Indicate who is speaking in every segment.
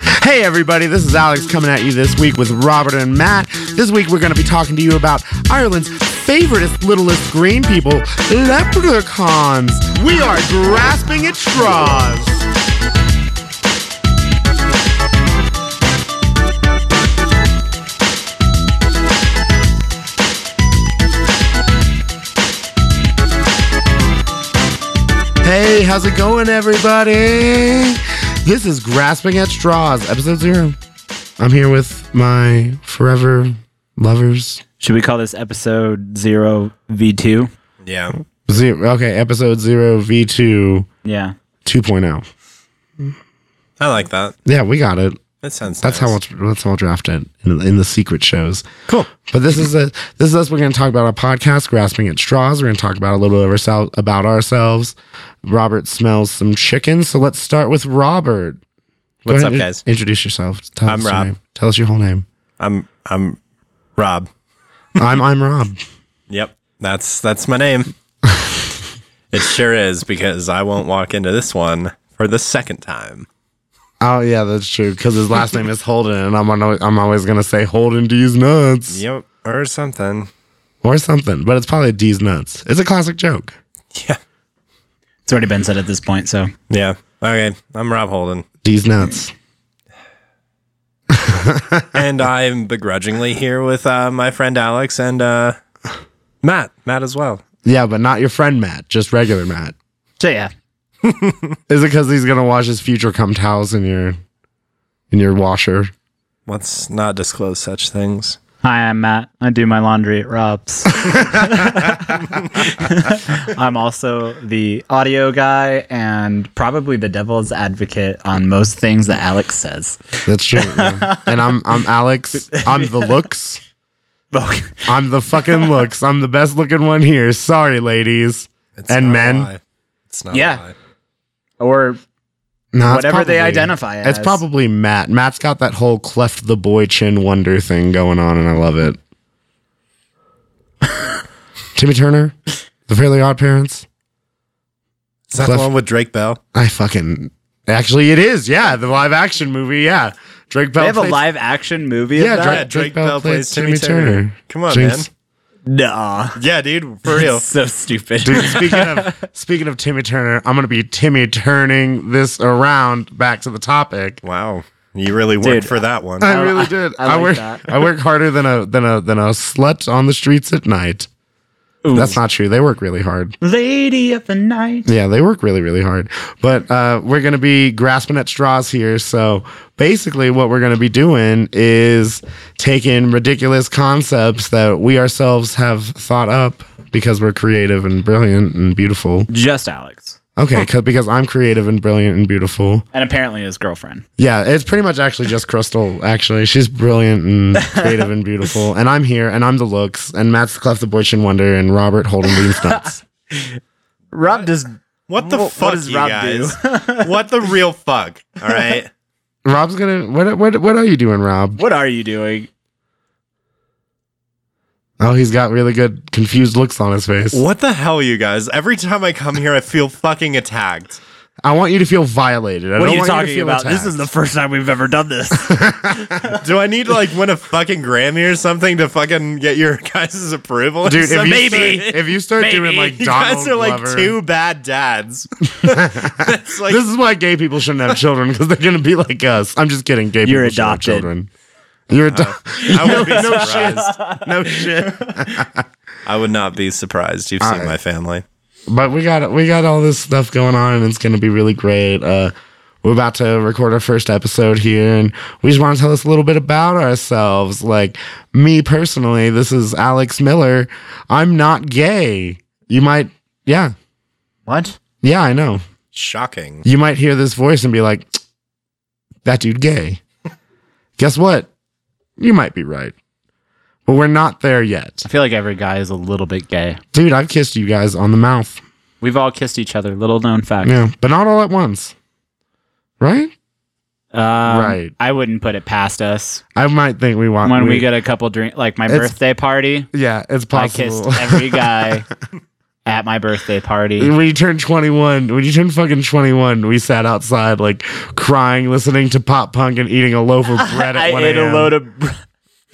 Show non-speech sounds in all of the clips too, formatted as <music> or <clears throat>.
Speaker 1: Hey, everybody, this is Alex coming at you this week with Robert and Matt. This week, we're going to be talking to you about Ireland's favoriteest, littlest green people, leprechauns. We are grasping at straws. Hey, how's it going, everybody? This is Grasping at Straws, episode zero. I'm here with my forever lovers.
Speaker 2: Should we call this episode zero V two?
Speaker 3: Yeah.
Speaker 1: Zero. Okay, episode zero, V2,
Speaker 2: Yeah.
Speaker 1: 2.0.
Speaker 3: I like that.
Speaker 1: oh. Yeah, we got it.
Speaker 3: That sounds
Speaker 1: That's how
Speaker 3: nice.
Speaker 1: I'll, that's how I'll draft it in, in the secret shows.
Speaker 3: Cool.
Speaker 1: But this is a this is us. We're going to talk about our podcast, grasping at straws. We're going to talk about a little bit of oursel- about ourselves. Robert smells some chicken, so let's start with Robert. Go
Speaker 3: What's
Speaker 1: ahead
Speaker 3: up,
Speaker 1: and
Speaker 3: guys?
Speaker 1: Introduce yourself. Tell
Speaker 3: I'm
Speaker 1: us your
Speaker 3: Rob.
Speaker 1: name. Tell us your whole name.
Speaker 3: I'm I'm Rob.
Speaker 1: I'm I'm Rob.
Speaker 3: Yep. That's that's my name. it sure is because I won't walk into this one for the second time.
Speaker 1: <laughs> Oh yeah, that's true. Because his last name is Holden, and I'm always, I'm always gonna say Holden D's nuts
Speaker 3: Yep. Or something.
Speaker 1: or something. But it's probably D's nuts. It's a classic joke.
Speaker 3: Yeah.
Speaker 2: It's already been said at this point, so
Speaker 3: Yeah. Okay. I'm Rob Holden.
Speaker 1: D's
Speaker 3: <clears throat>
Speaker 1: nuts.
Speaker 3: and I'm begrudgingly here with uh, my friend Alex and uh, Matt. Matt as well.
Speaker 1: Yeah, but not your friend Matt, just regular Matt.
Speaker 2: so yeah.
Speaker 1: Is it because he's gonna wash his future cum towels in your in your washer?
Speaker 3: Let's not disclose such things.
Speaker 2: Hi, I'm Matt. I do my laundry at Rob's. <laughs> I'm also the audio guy and probably the devil's advocate on most things that Alex says.
Speaker 1: That's
Speaker 2: <laughs>
Speaker 1: true. yeah. And I'm I'm Alex. I'm the looks. I'm the fucking looks. I'm the best looking one here. Sorry, ladies.
Speaker 3: It's
Speaker 1: And
Speaker 3: not a
Speaker 1: men?
Speaker 3: lie. It's not.
Speaker 2: Yeah.
Speaker 3: A lie.
Speaker 2: or
Speaker 1: No, it's
Speaker 2: whatever they
Speaker 1: probably-
Speaker 2: identify as.
Speaker 1: It's probably Matt. Matt's got that whole cleft the boy chin wonder thing going on, and I
Speaker 2: <laughs>
Speaker 1: love it. Timmy Turner, The Fairly Odd Parents.
Speaker 3: Is that
Speaker 1: Clef-
Speaker 3: the one with Drake Bell?
Speaker 1: I fucking actually it is. Yeah, the live action movie. Yeah, Drake Bell.
Speaker 2: They have a
Speaker 1: plays-
Speaker 2: live action movie
Speaker 1: Yeah,
Speaker 2: of
Speaker 1: Drake,
Speaker 2: that?
Speaker 3: Yeah,
Speaker 1: Drake, Bell, plays, Timmy, Turner.
Speaker 3: Come on,
Speaker 1: Jinx.
Speaker 3: man.
Speaker 2: Nah.
Speaker 3: Yeah, dude, for real.
Speaker 2: so stupid.
Speaker 1: <laughs> Dude, speaking of speaking of Timmy Turner, I'm gonna be Timmy turning this around back to the topic.
Speaker 3: wow, you really worked
Speaker 2: Dude,
Speaker 3: for that one.
Speaker 1: I really did.
Speaker 2: I like
Speaker 1: work.
Speaker 2: that.
Speaker 1: I work harder than a than a than a slut on the streets at night. That's not true. They work really hard.
Speaker 2: Lady of the night.
Speaker 1: Yeah, they work really, really hard. But uh, we're going to be grasping at straws here. So basically, what we're going to be doing is taking ridiculous concepts that we ourselves have thought up because we're creative and brilliant and beautiful.
Speaker 2: Just Alex.
Speaker 1: Okay, 'cause- because I'm creative and brilliant and beautiful.
Speaker 2: And apparently his girlfriend.
Speaker 1: Yeah, it's pretty much actually just Crystal. Actually, she's brilliant and creative and beautiful. And I'm here, and I'm the looks, and Matt's cleft the boy and wonder, and Robert holding these nuts.
Speaker 2: Rob does
Speaker 3: What the
Speaker 2: Wha- what
Speaker 3: fuck,
Speaker 2: does
Speaker 3: you
Speaker 2: Rob
Speaker 3: guys?
Speaker 2: <laughs>
Speaker 3: what the real fuck? All right,
Speaker 1: Rob's gonna. What, what what are you doing, Rob?
Speaker 2: What are you doing?
Speaker 1: Oh, he's got really good confused looks on his face.
Speaker 3: what the hell, you guys? Every time I come here, I feel fucking attacked.
Speaker 1: I want you to feel violated. I
Speaker 2: What
Speaker 1: don't
Speaker 2: are you
Speaker 1: want to
Speaker 2: talking
Speaker 1: feel
Speaker 2: about? This
Speaker 1: attacked.
Speaker 2: is the first time we've ever done this.
Speaker 3: Do I need to like win a fucking Grammy or something to fucking get your <laughs> guys'
Speaker 1: <laughs>
Speaker 3: approval?
Speaker 1: dude. If you
Speaker 3: maybe
Speaker 1: start, if you start doing
Speaker 2: <laughs>
Speaker 1: like
Speaker 3: you
Speaker 1: Donald
Speaker 3: guys are like
Speaker 1: Glover-
Speaker 3: two
Speaker 1: <laughs>
Speaker 3: bad dads. it's like
Speaker 1: This is why gay people shouldn't have children because they're gonna be like us. I'm just kidding. Gay
Speaker 2: You're
Speaker 1: people should have
Speaker 2: adopted. Oh.
Speaker 1: children. You're adopted.
Speaker 3: I would be
Speaker 2: <laughs>
Speaker 3: surprised.
Speaker 1: no shit.
Speaker 3: I would not be surprised. You've seen my family.
Speaker 1: But we got we got all this stuff going on, and it's gonna be really great. Uh, we're about to record our first episode here, and we just want to tell us a little bit about ourselves. Like me personally, this is Alex Miller. I'm not gay. You might, yeah,
Speaker 2: what?
Speaker 1: yeah, I know.
Speaker 3: Shocking.
Speaker 1: You might hear this voice and be like, "That dude gay." Guess what? You might be right, but we're not there yet,
Speaker 2: I feel like every guy is a little bit gay.
Speaker 1: dude. I've kissed you guys on the mouth.
Speaker 2: We've all kissed each other. Little known fact.
Speaker 1: Yeah, but not all at once. Right?
Speaker 2: Um,
Speaker 1: Right.
Speaker 2: I wouldn't put it past us
Speaker 1: I might think we want
Speaker 2: when we, get a couple drink, like my
Speaker 1: It's-
Speaker 2: birthday party.
Speaker 1: Yeah, it's
Speaker 2: I
Speaker 1: <laughs> possible.
Speaker 2: kissed every guy
Speaker 4: at my birthday party.
Speaker 1: When you turned 21, when you turned fucking 21, we sat outside like crying, listening to pop punk and eating a loaf of bread at
Speaker 4: <laughs> I
Speaker 1: 1
Speaker 4: ate a
Speaker 1: a.m..
Speaker 4: load of br-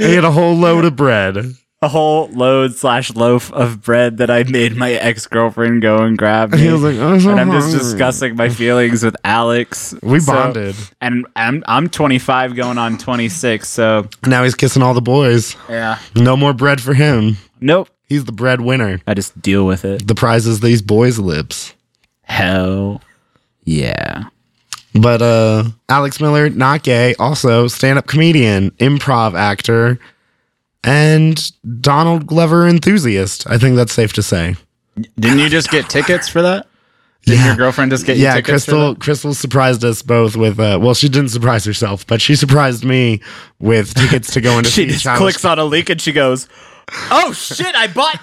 Speaker 1: I ate a whole load of bread.
Speaker 4: a whole load slash loaf of bread that I made my ex girlfriend go and grab.
Speaker 1: <laughs>
Speaker 4: Me.
Speaker 1: He was like, "I'm so
Speaker 4: and I'm just
Speaker 1: hungry."
Speaker 4: discussing my feelings with Alex.
Speaker 1: Mm-hmm. We
Speaker 4: So-
Speaker 1: bonded.
Speaker 4: and I'm I'm 25 going on 26. So
Speaker 1: Now he's kissing all the boys.
Speaker 4: yeah,
Speaker 1: No more bread for him.
Speaker 4: nope.
Speaker 1: He's the breadwinner.
Speaker 4: I just deal with it.
Speaker 1: The prize is these boys' lips.
Speaker 4: Hell yeah.
Speaker 1: But uh Alex Miller, not gay, also stand-up comedian, improv actor, and Donald Glover enthusiast. I think that's safe to say.
Speaker 4: Didn't you just get tickets for that? Didn't your girlfriend just get you
Speaker 1: Yeah,
Speaker 4: tickets for
Speaker 1: Crystal Crystal surprised us both with uh well, she didn't surprise herself, but she surprised me with tickets to go into
Speaker 4: that? <laughs> She
Speaker 1: see
Speaker 4: just
Speaker 1: Childish-
Speaker 4: clicks on a link and she goes, "Oh shit, I bought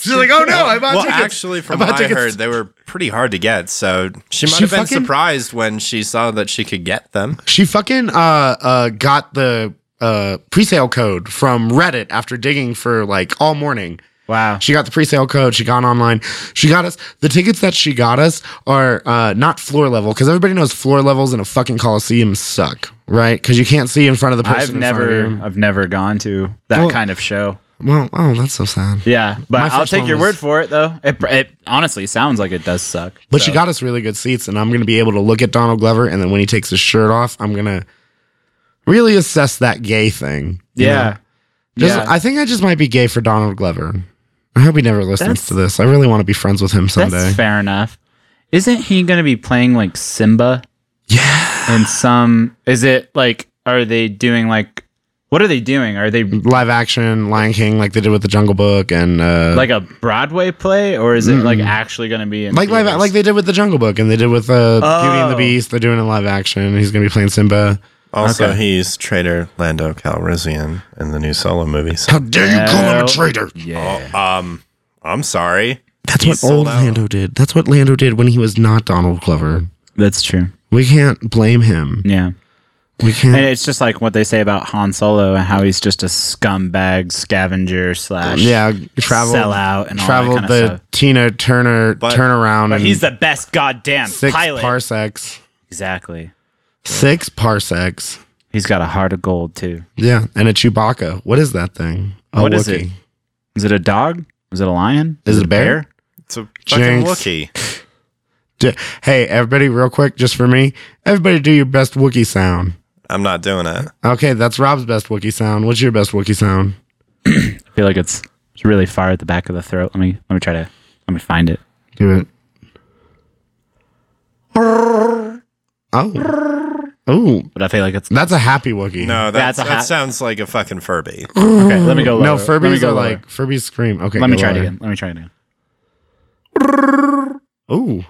Speaker 1: <laughs> She's like, "Oh no, I bought
Speaker 3: Well,
Speaker 1: tickets."
Speaker 3: actually, from
Speaker 1: bought
Speaker 3: what I
Speaker 1: tickets.
Speaker 3: heard, they were pretty hard to get. So she might
Speaker 1: She
Speaker 3: have been
Speaker 1: fucking-
Speaker 3: surprised when she saw that she could get them.
Speaker 1: She fucking uh uh got the uh presale code from Reddit after digging for like all morning.
Speaker 4: Wow.
Speaker 1: She got the presale code. She got online. She got us the tickets that she got us are uh, not floor level because everybody knows floor levels in a fucking coliseum suck, right? Because you can't see in front of the person.
Speaker 4: I've
Speaker 1: in front of
Speaker 4: never
Speaker 1: you.
Speaker 4: I've never gone to that kind of show.
Speaker 1: Well, oh, that's so sad.
Speaker 4: Yeah, but
Speaker 1: My
Speaker 4: I'll
Speaker 1: first
Speaker 4: take
Speaker 1: one
Speaker 4: your
Speaker 1: was-
Speaker 4: word for it though. It, it honestly sounds like it does suck.
Speaker 1: But she got us really good seats, and I'm gonna be able to look at Donald Glover, and then when he takes his shirt off, I'm gonna really assess that gay thing. you know?
Speaker 4: yeah.
Speaker 1: Just-
Speaker 4: yeah.
Speaker 1: I think I just might be gay for Donald Glover. I hope he never listens
Speaker 4: That's-
Speaker 1: to this. I really want to be friends with him
Speaker 4: That's
Speaker 1: someday.
Speaker 4: fair enough. Isn't he going to be playing like Simba? Yeah. And some is it like are they doing like what are they doing? Are they
Speaker 1: Live action Lion King, like they did with the Jungle Book, and uh,
Speaker 4: like a Broadway play or is it like actually going to be in
Speaker 1: Mm-hmm. like live,
Speaker 4: theaters?
Speaker 1: like they did with the Jungle Book, and they did with uh, Beauty and the
Speaker 4: Oh.
Speaker 1: Beast. They're doing it live action. and He's gonna be playing Simba.
Speaker 3: Also,
Speaker 4: Okay.
Speaker 3: he's traitor Lando Calrissian in the new solo movie.
Speaker 4: <laughs>
Speaker 3: So,
Speaker 1: How dare you call him
Speaker 4: No.
Speaker 1: a traitor?
Speaker 4: yeah.
Speaker 3: um, I'm sorry.
Speaker 1: That's
Speaker 3: He's
Speaker 1: what old
Speaker 3: sold out.
Speaker 1: Lando did. That's what Lando did when he was not Donald Glover.
Speaker 4: That's true.
Speaker 1: We can't blame him.
Speaker 4: Yeah.
Speaker 1: We
Speaker 4: And
Speaker 1: can't.
Speaker 4: it's just like what they say about Han Solo and how he's just a scumbag scavenger slash
Speaker 1: Yeah, traveled
Speaker 4: sellout and all
Speaker 1: traveled
Speaker 4: that kind
Speaker 1: the
Speaker 4: of stuff.
Speaker 1: Tina Turner
Speaker 3: But-
Speaker 1: turnaround
Speaker 4: But
Speaker 1: and
Speaker 4: he's the best goddamn
Speaker 1: six
Speaker 4: pilot.
Speaker 1: parsecs.
Speaker 4: exactly.
Speaker 1: Six parsecs.
Speaker 4: He's got a heart of gold too.
Speaker 1: Yeah, and a Chewbacca. What is that thing? A
Speaker 4: What is
Speaker 1: Wookiee.
Speaker 4: it? Is it a dog? Is it a lion?
Speaker 1: Is it a bear?
Speaker 3: It's a fucking
Speaker 1: Jinx.
Speaker 3: Wookiee.
Speaker 1: D- Hey, everybody, real quick, just for me, everybody, do your best Wookiee sound.
Speaker 3: I'm not doing it.
Speaker 1: Okay, that's Rob's best Wookiee sound. What's your best Wookiee sound?
Speaker 4: I feel like it's it's really far at the back of the throat. Let me let me try to let me find it.
Speaker 1: Do it. Oh. Oh.
Speaker 4: But I feel like it's
Speaker 1: That's a happy Wookiee.
Speaker 3: No,
Speaker 4: That's
Speaker 3: that's,
Speaker 4: a
Speaker 3: that
Speaker 4: hat.
Speaker 3: sounds like a fucking Furby.
Speaker 4: okay. Let me go.
Speaker 1: No,
Speaker 4: Lower. let me
Speaker 1: Furbies
Speaker 4: go
Speaker 1: are
Speaker 4: lower.
Speaker 1: like Furbies scream. Okay.
Speaker 4: Let me
Speaker 1: go
Speaker 4: try it
Speaker 1: lower.
Speaker 4: again. Let me try it again.
Speaker 1: Ooh.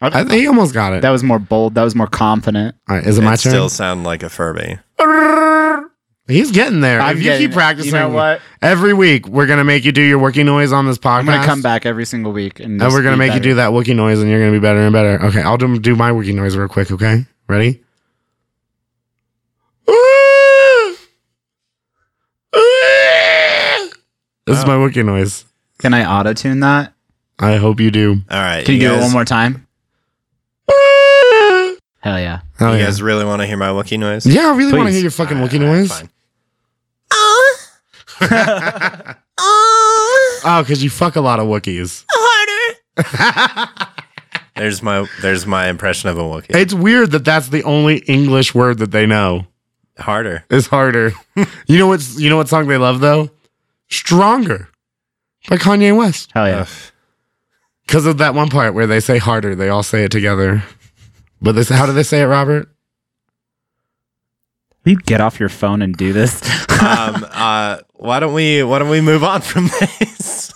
Speaker 4: I-
Speaker 1: I, he almost got it.
Speaker 4: That was more bold. That was more confident.
Speaker 1: All right, is it
Speaker 3: It
Speaker 1: my turn?
Speaker 3: still sound like a Furby.
Speaker 1: He's getting there.
Speaker 4: I'm
Speaker 1: if you
Speaker 4: getting it.
Speaker 1: keep practicing,
Speaker 4: You know what?
Speaker 1: Every week we're gonna make you do your Wookiee noise on this podcast.
Speaker 4: I'm gonna come back every single week, and,
Speaker 1: and
Speaker 4: just
Speaker 1: we're gonna
Speaker 4: be
Speaker 1: make
Speaker 4: better.
Speaker 1: you do that Wookiee noise, and you're gonna be better and better. Okay, I'll do, do my Wookiee noise real quick. Okay, ready? This is my
Speaker 3: Oh.
Speaker 1: Wookiee noise.
Speaker 4: Can I auto tune that?
Speaker 1: I hope you do.
Speaker 3: All right.
Speaker 4: Can you, do it
Speaker 3: guys-
Speaker 4: one more time? Hell yeah!
Speaker 1: Oh,
Speaker 3: you
Speaker 1: yeah.
Speaker 3: guys really want to hear my Wookiee noise?
Speaker 1: yeah, I really want to
Speaker 4: Please.
Speaker 1: hear your fucking
Speaker 3: All right,
Speaker 1: Wookiee
Speaker 3: all right,
Speaker 1: noise.
Speaker 3: fine.
Speaker 1: Oh, because you fuck a lot of Wookiees.
Speaker 3: There's my there's my impression of a Wookiee.
Speaker 1: <laughs> It's weird that that's the only English word that they know.
Speaker 3: Harder.
Speaker 1: It's harder. <laughs> you know what's you know what song they love though? Stronger by Kanye West.
Speaker 4: Hell Oh, yeah!
Speaker 3: Ugh.
Speaker 1: Because of that one part where they say harder, they all say it together. But they say, how do they say it, Robert?
Speaker 4: Will you get off your phone and do this? <laughs>
Speaker 3: um, uh, why don't we why don't we move on from <laughs> this?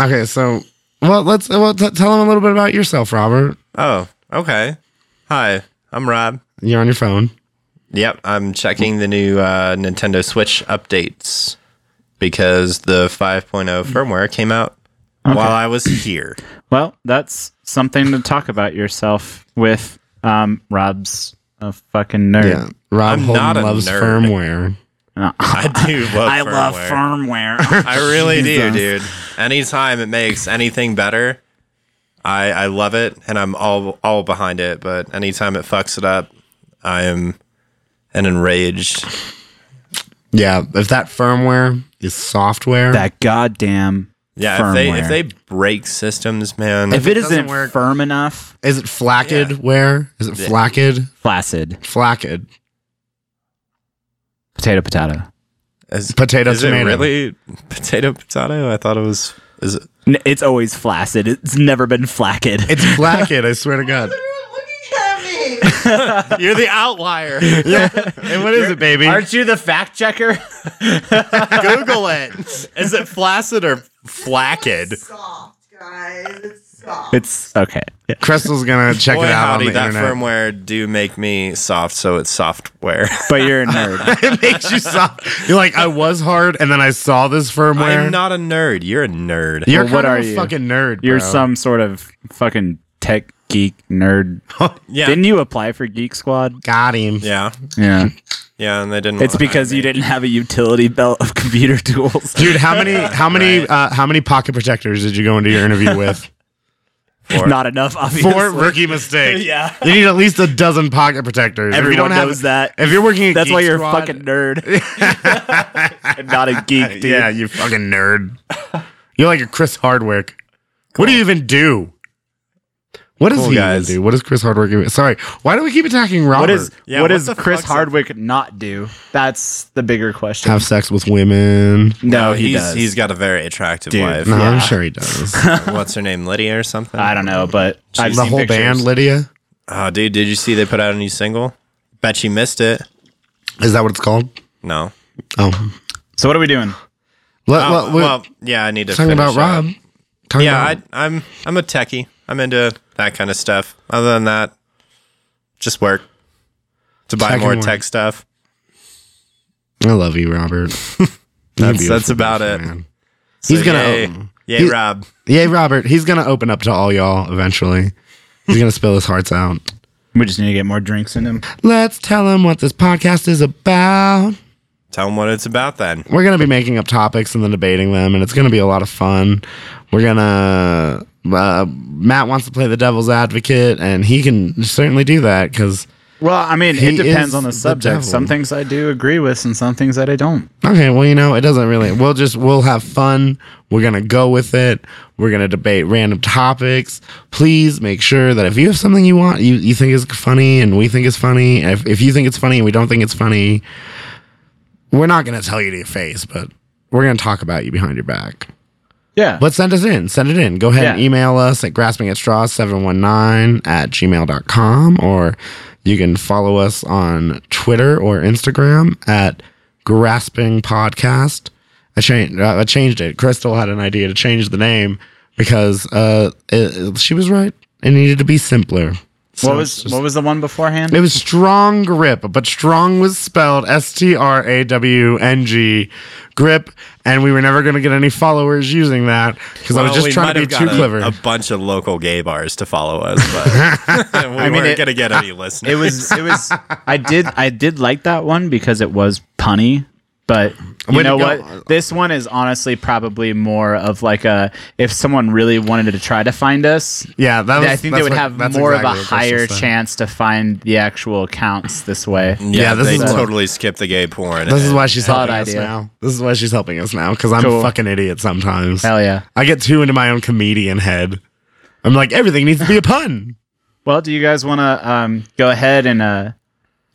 Speaker 1: Okay, so well, let's well t- tell them a little bit about yourself, Robert.
Speaker 3: oh, okay. Hi, I'm Rob.
Speaker 1: You're on your phone.
Speaker 3: Yep, I'm checking the new uh, Nintendo Switch updates because the 5.0 firmware came out while I was here.
Speaker 4: Well, that's something to talk about yourself with. Um, Rob's a fucking nerd.
Speaker 1: Yeah, Rob
Speaker 3: I'm not
Speaker 1: Holden
Speaker 3: a
Speaker 1: loves
Speaker 3: nerd.
Speaker 1: firmware.
Speaker 4: No.
Speaker 3: <laughs> I do love firmware.
Speaker 1: <laughs>
Speaker 4: firmware. <laughs>
Speaker 3: I really do, dude. Anytime it makes anything better, I, I love it and I'm all all behind it, but anytime it fucks it up, I am an enraged
Speaker 1: Yeah, if that firmware is software,
Speaker 4: That goddamn
Speaker 3: Yeah,
Speaker 4: firmware.
Speaker 3: if they if they break systems, man.
Speaker 4: If it isn't
Speaker 1: doesn't work-
Speaker 4: firm enough,
Speaker 1: is it flaccid ware? Is it flaccid?
Speaker 4: flaccid.
Speaker 1: Flaccid.
Speaker 4: Potato, potato.
Speaker 3: is,
Speaker 1: Potato,
Speaker 3: is
Speaker 1: tomato.
Speaker 3: it really potato potato? I thought it was is it
Speaker 4: N- It's always flaccid. It's never been flaccid.
Speaker 1: It's flaccid, I swear to God.
Speaker 5: looking at
Speaker 3: <laughs>
Speaker 5: me.
Speaker 1: You're the outlier. <laughs> yeah. And what is it, baby?
Speaker 4: <laughs>
Speaker 3: <laughs>
Speaker 4: Aren't you the fact checker?
Speaker 1: Google it.
Speaker 3: is it flaccid or flaccid?
Speaker 5: soft, guys. It's soft.
Speaker 4: <laughs> It's okay.
Speaker 1: Crystal's gonna check
Speaker 3: Boy,
Speaker 1: it out on
Speaker 3: howdy,
Speaker 1: the
Speaker 3: that
Speaker 1: internet.
Speaker 3: firmware do make me soft, so it's software. <laughs>
Speaker 4: But you're
Speaker 1: <laughs>
Speaker 4: a nerd.
Speaker 1: <laughs> it makes you soft. You're like, I was hard, and then I saw this firmware.
Speaker 3: I'm not a nerd. You're a nerd.
Speaker 1: You're
Speaker 4: Well, what
Speaker 1: kind of
Speaker 4: are
Speaker 1: a
Speaker 4: you?
Speaker 1: Fucking nerd.
Speaker 4: You're
Speaker 1: bro.
Speaker 4: some sort of fucking tech geek nerd.
Speaker 3: yeah,
Speaker 4: Didn't you apply for Geek Squad?
Speaker 1: Got him.
Speaker 3: yeah,
Speaker 4: Yeah.
Speaker 3: yeah, and they didn't.
Speaker 4: It's
Speaker 3: want to
Speaker 4: because
Speaker 3: hire
Speaker 4: you
Speaker 3: me.
Speaker 4: didn't have a utility belt of
Speaker 1: <laughs>
Speaker 4: computer tools.
Speaker 1: Dude, how many, how many, uh, how many pocket protectors did you go into your
Speaker 4: <laughs>
Speaker 1: interview with?
Speaker 3: Four.
Speaker 4: Not enough, obviously.
Speaker 1: Four rookie mistakes.
Speaker 4: <laughs> Yeah.
Speaker 1: you need at least a dozen pocket protectors. If you
Speaker 4: Everyone
Speaker 1: don't have-
Speaker 4: knows that.
Speaker 1: If you're working, at
Speaker 4: That's
Speaker 1: Geek
Speaker 4: why you're a
Speaker 1: Squad-
Speaker 4: fucking
Speaker 1: <laughs>
Speaker 4: nerd. <laughs> and not a geek, dude.
Speaker 1: Yeah, you fucking nerd. You're like a Chris Hardwick. What do you even do? What does
Speaker 3: Cool,
Speaker 1: he
Speaker 3: guys.
Speaker 1: even do? What does Chris Hardwick even? Sorry, why do we keep attacking Robert?
Speaker 4: What is
Speaker 3: Yeah,
Speaker 4: what
Speaker 3: what
Speaker 4: does
Speaker 3: the
Speaker 4: Chris
Speaker 3: fuck's up?
Speaker 4: Hardwick not do? That's the bigger question.
Speaker 1: have sex with women?
Speaker 4: no,
Speaker 3: Oh,
Speaker 4: he
Speaker 3: he's
Speaker 4: does.
Speaker 3: he's got a very attractive
Speaker 4: Dude. <laughs>
Speaker 3: wife.
Speaker 1: No,
Speaker 4: Yeah.
Speaker 1: I'm sure he
Speaker 3: <laughs>
Speaker 1: does.
Speaker 3: What's her name, Lydia or something?
Speaker 4: I don't know, but I,
Speaker 1: the whole band, Lydia.
Speaker 3: Oh, dude, did you see they put out a new single? Bet you missed it.
Speaker 1: Is that what it's called?
Speaker 3: No.
Speaker 1: Oh,
Speaker 4: so what are we doing?
Speaker 1: Let-
Speaker 3: Oh,
Speaker 1: let- we're
Speaker 3: well, yeah, I need to
Speaker 1: talking about
Speaker 3: finish up.
Speaker 1: Rob. Talking
Speaker 3: Yeah,
Speaker 1: about-
Speaker 3: I, I'm I'm a techie. I'm into that kind of stuff. Other than that, just work to buy
Speaker 1: Tech and
Speaker 3: more
Speaker 1: work.
Speaker 3: tech stuff.
Speaker 1: I love you,
Speaker 3: <laughs>
Speaker 1: Robert.
Speaker 3: That's that's about it. So
Speaker 1: He's gonna uh,
Speaker 3: Yay,
Speaker 1: open.
Speaker 3: yay
Speaker 1: He's-
Speaker 3: Rob.
Speaker 1: Yay, Robert. He's gonna open up to all y'all eventually. He's gonna spill his hearts out.
Speaker 4: We just need to get more drinks in him.
Speaker 1: Let's tell him what this podcast is about.
Speaker 3: Tell him what it's about then.
Speaker 1: We're gonna be making up topics and then debating them, and it's gonna be a lot of fun. We're gonna. Uh, Matt wants to play the devil's advocate, and he can certainly do that because.
Speaker 4: Well, I mean,
Speaker 1: He
Speaker 4: it depends
Speaker 1: is
Speaker 4: on the
Speaker 1: the
Speaker 4: subject.
Speaker 1: devil.
Speaker 4: some things I do agree with, and some things that I don't.
Speaker 1: Okay, well, you know, it doesn't really. We'll just we'll have fun. We're gonna go with it. We're gonna debate random topics. Please make sure that if you have something you want, you, you think is funny, and we think is funny. and If if you think it's funny and we don't think it's funny, we're not gonna tell you to your face, but we're gonna talk about you behind your back.
Speaker 4: Yeah,
Speaker 1: But send us in. Send it in. Go ahead and
Speaker 4: Yeah.
Speaker 1: email us at grasping at straw 719 at gmail.com or you can follow us on Twitter or Instagram at grasping podcast. I, changed. I changed it. Crystal had an idea to change the name because uh, it- it- she was right. It needed to be simpler. So it's
Speaker 4: what was
Speaker 1: just-
Speaker 4: what was the one beforehand?
Speaker 1: it was strong grip, but strong was spelled S T R A W N G, grip, and we were never going to get any followers using that because I
Speaker 3: Well,
Speaker 1: was just
Speaker 3: we
Speaker 1: trying
Speaker 3: might
Speaker 1: to be
Speaker 3: have
Speaker 1: too
Speaker 3: got a,
Speaker 1: clever.
Speaker 3: A bunch of local gay bars to follow
Speaker 1: <laughs>
Speaker 3: us, but <laughs> we weren't
Speaker 4: it-
Speaker 3: gonna get any listeners.
Speaker 4: It was. It was. I did. I did like that one because it was punny. But you
Speaker 1: Way to
Speaker 4: know
Speaker 1: go.
Speaker 4: what? This one is honestly probably more of like a if someone really wanted to try to find us,
Speaker 1: yeah, that was,
Speaker 4: I think they
Speaker 1: that's
Speaker 4: would
Speaker 1: what-
Speaker 4: have
Speaker 1: that's
Speaker 4: more
Speaker 1: exactly
Speaker 4: of a
Speaker 1: what Crystal
Speaker 4: higher
Speaker 1: said.
Speaker 4: chance to find the actual accounts this way.
Speaker 3: yeah,
Speaker 1: yeah, this
Speaker 3: they
Speaker 1: is what-
Speaker 3: totally skipped the gay porn.
Speaker 1: This is why she's
Speaker 4: Solid
Speaker 1: helping us
Speaker 4: idea.
Speaker 1: now. This is why she's helping us now because I'm
Speaker 4: Cool.
Speaker 1: a fucking idiot sometimes.
Speaker 4: Hell yeah.
Speaker 1: I get too into my own comedian head. I'm like, everything needs to be a pun.
Speaker 4: Well, do you guys want to um, go ahead and uh,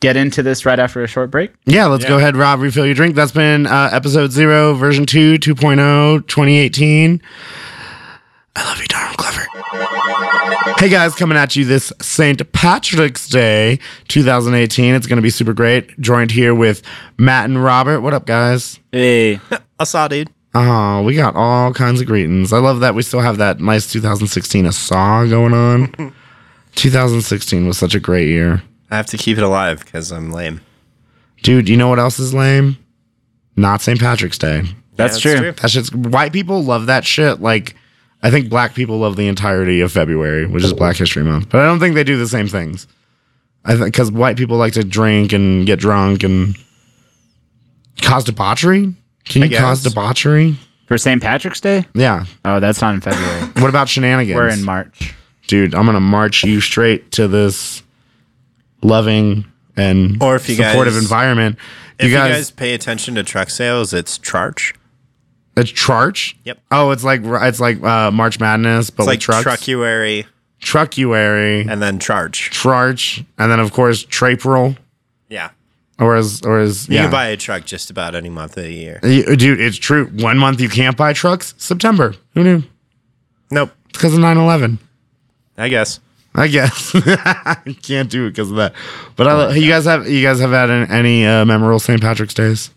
Speaker 4: get into this right after a short break?
Speaker 1: Yeah, let's go ahead, Rob. Refill your drink. That's been uh, episode zero, version two, 2.0, 2018. I love you, Donald Glover. Hey guys, coming at you this St. Patrick's Day 2018. It's going to be super great. Joined here with Matt and Robert. What up, guys?
Speaker 4: Hey.
Speaker 3: I saw, dude.
Speaker 1: Oh, we got all kinds of greetings. I love that we still have that nice 2016 Asa going on. 2016 was such a great year.
Speaker 3: I have to keep it alive because I'm lame.
Speaker 1: Dude, you know what else is lame? Not St. Patrick's Day.
Speaker 4: That's,
Speaker 3: Yeah,
Speaker 4: true.
Speaker 1: That shit's white people love that shit. Like, I think black people love the entirety of February, which is Black History Month. But I don't think they do the same things. I think because white people like to drink and get drunk and cause debauchery. Can you
Speaker 3: guess.
Speaker 1: cause debauchery?
Speaker 4: For St. Patrick's Day?
Speaker 1: Yeah.
Speaker 4: Oh, that's not in February.
Speaker 1: What about shenanigans?
Speaker 4: We're in March.
Speaker 1: dude, I'm gonna march you straight to this loving and
Speaker 3: Or if you
Speaker 1: supportive
Speaker 3: guys-
Speaker 1: environment.
Speaker 3: If
Speaker 1: You guys,
Speaker 3: you guys pay attention to truck sales, it's charge.
Speaker 1: it's charge.
Speaker 3: Yep.
Speaker 1: Oh, it's like it's like uh, March Madness, but with
Speaker 3: It's like
Speaker 1: trucks.
Speaker 3: truckuary
Speaker 1: Truckuary,
Speaker 3: and then charge.
Speaker 1: charge, and then of course Trapril,
Speaker 3: Yeah.
Speaker 1: or as or as
Speaker 3: You
Speaker 1: yeah.
Speaker 3: can buy a truck just about any month of the year.
Speaker 1: You- Dude, it's true. One month you can't buy trucks. September. Who knew?
Speaker 3: Nope.
Speaker 1: It's because of 9 11.
Speaker 3: I guess.
Speaker 1: I guess <laughs> can't do it because of that. But I, lo- you guys have you guys have had an- any uh, memorable St. Patrick's days?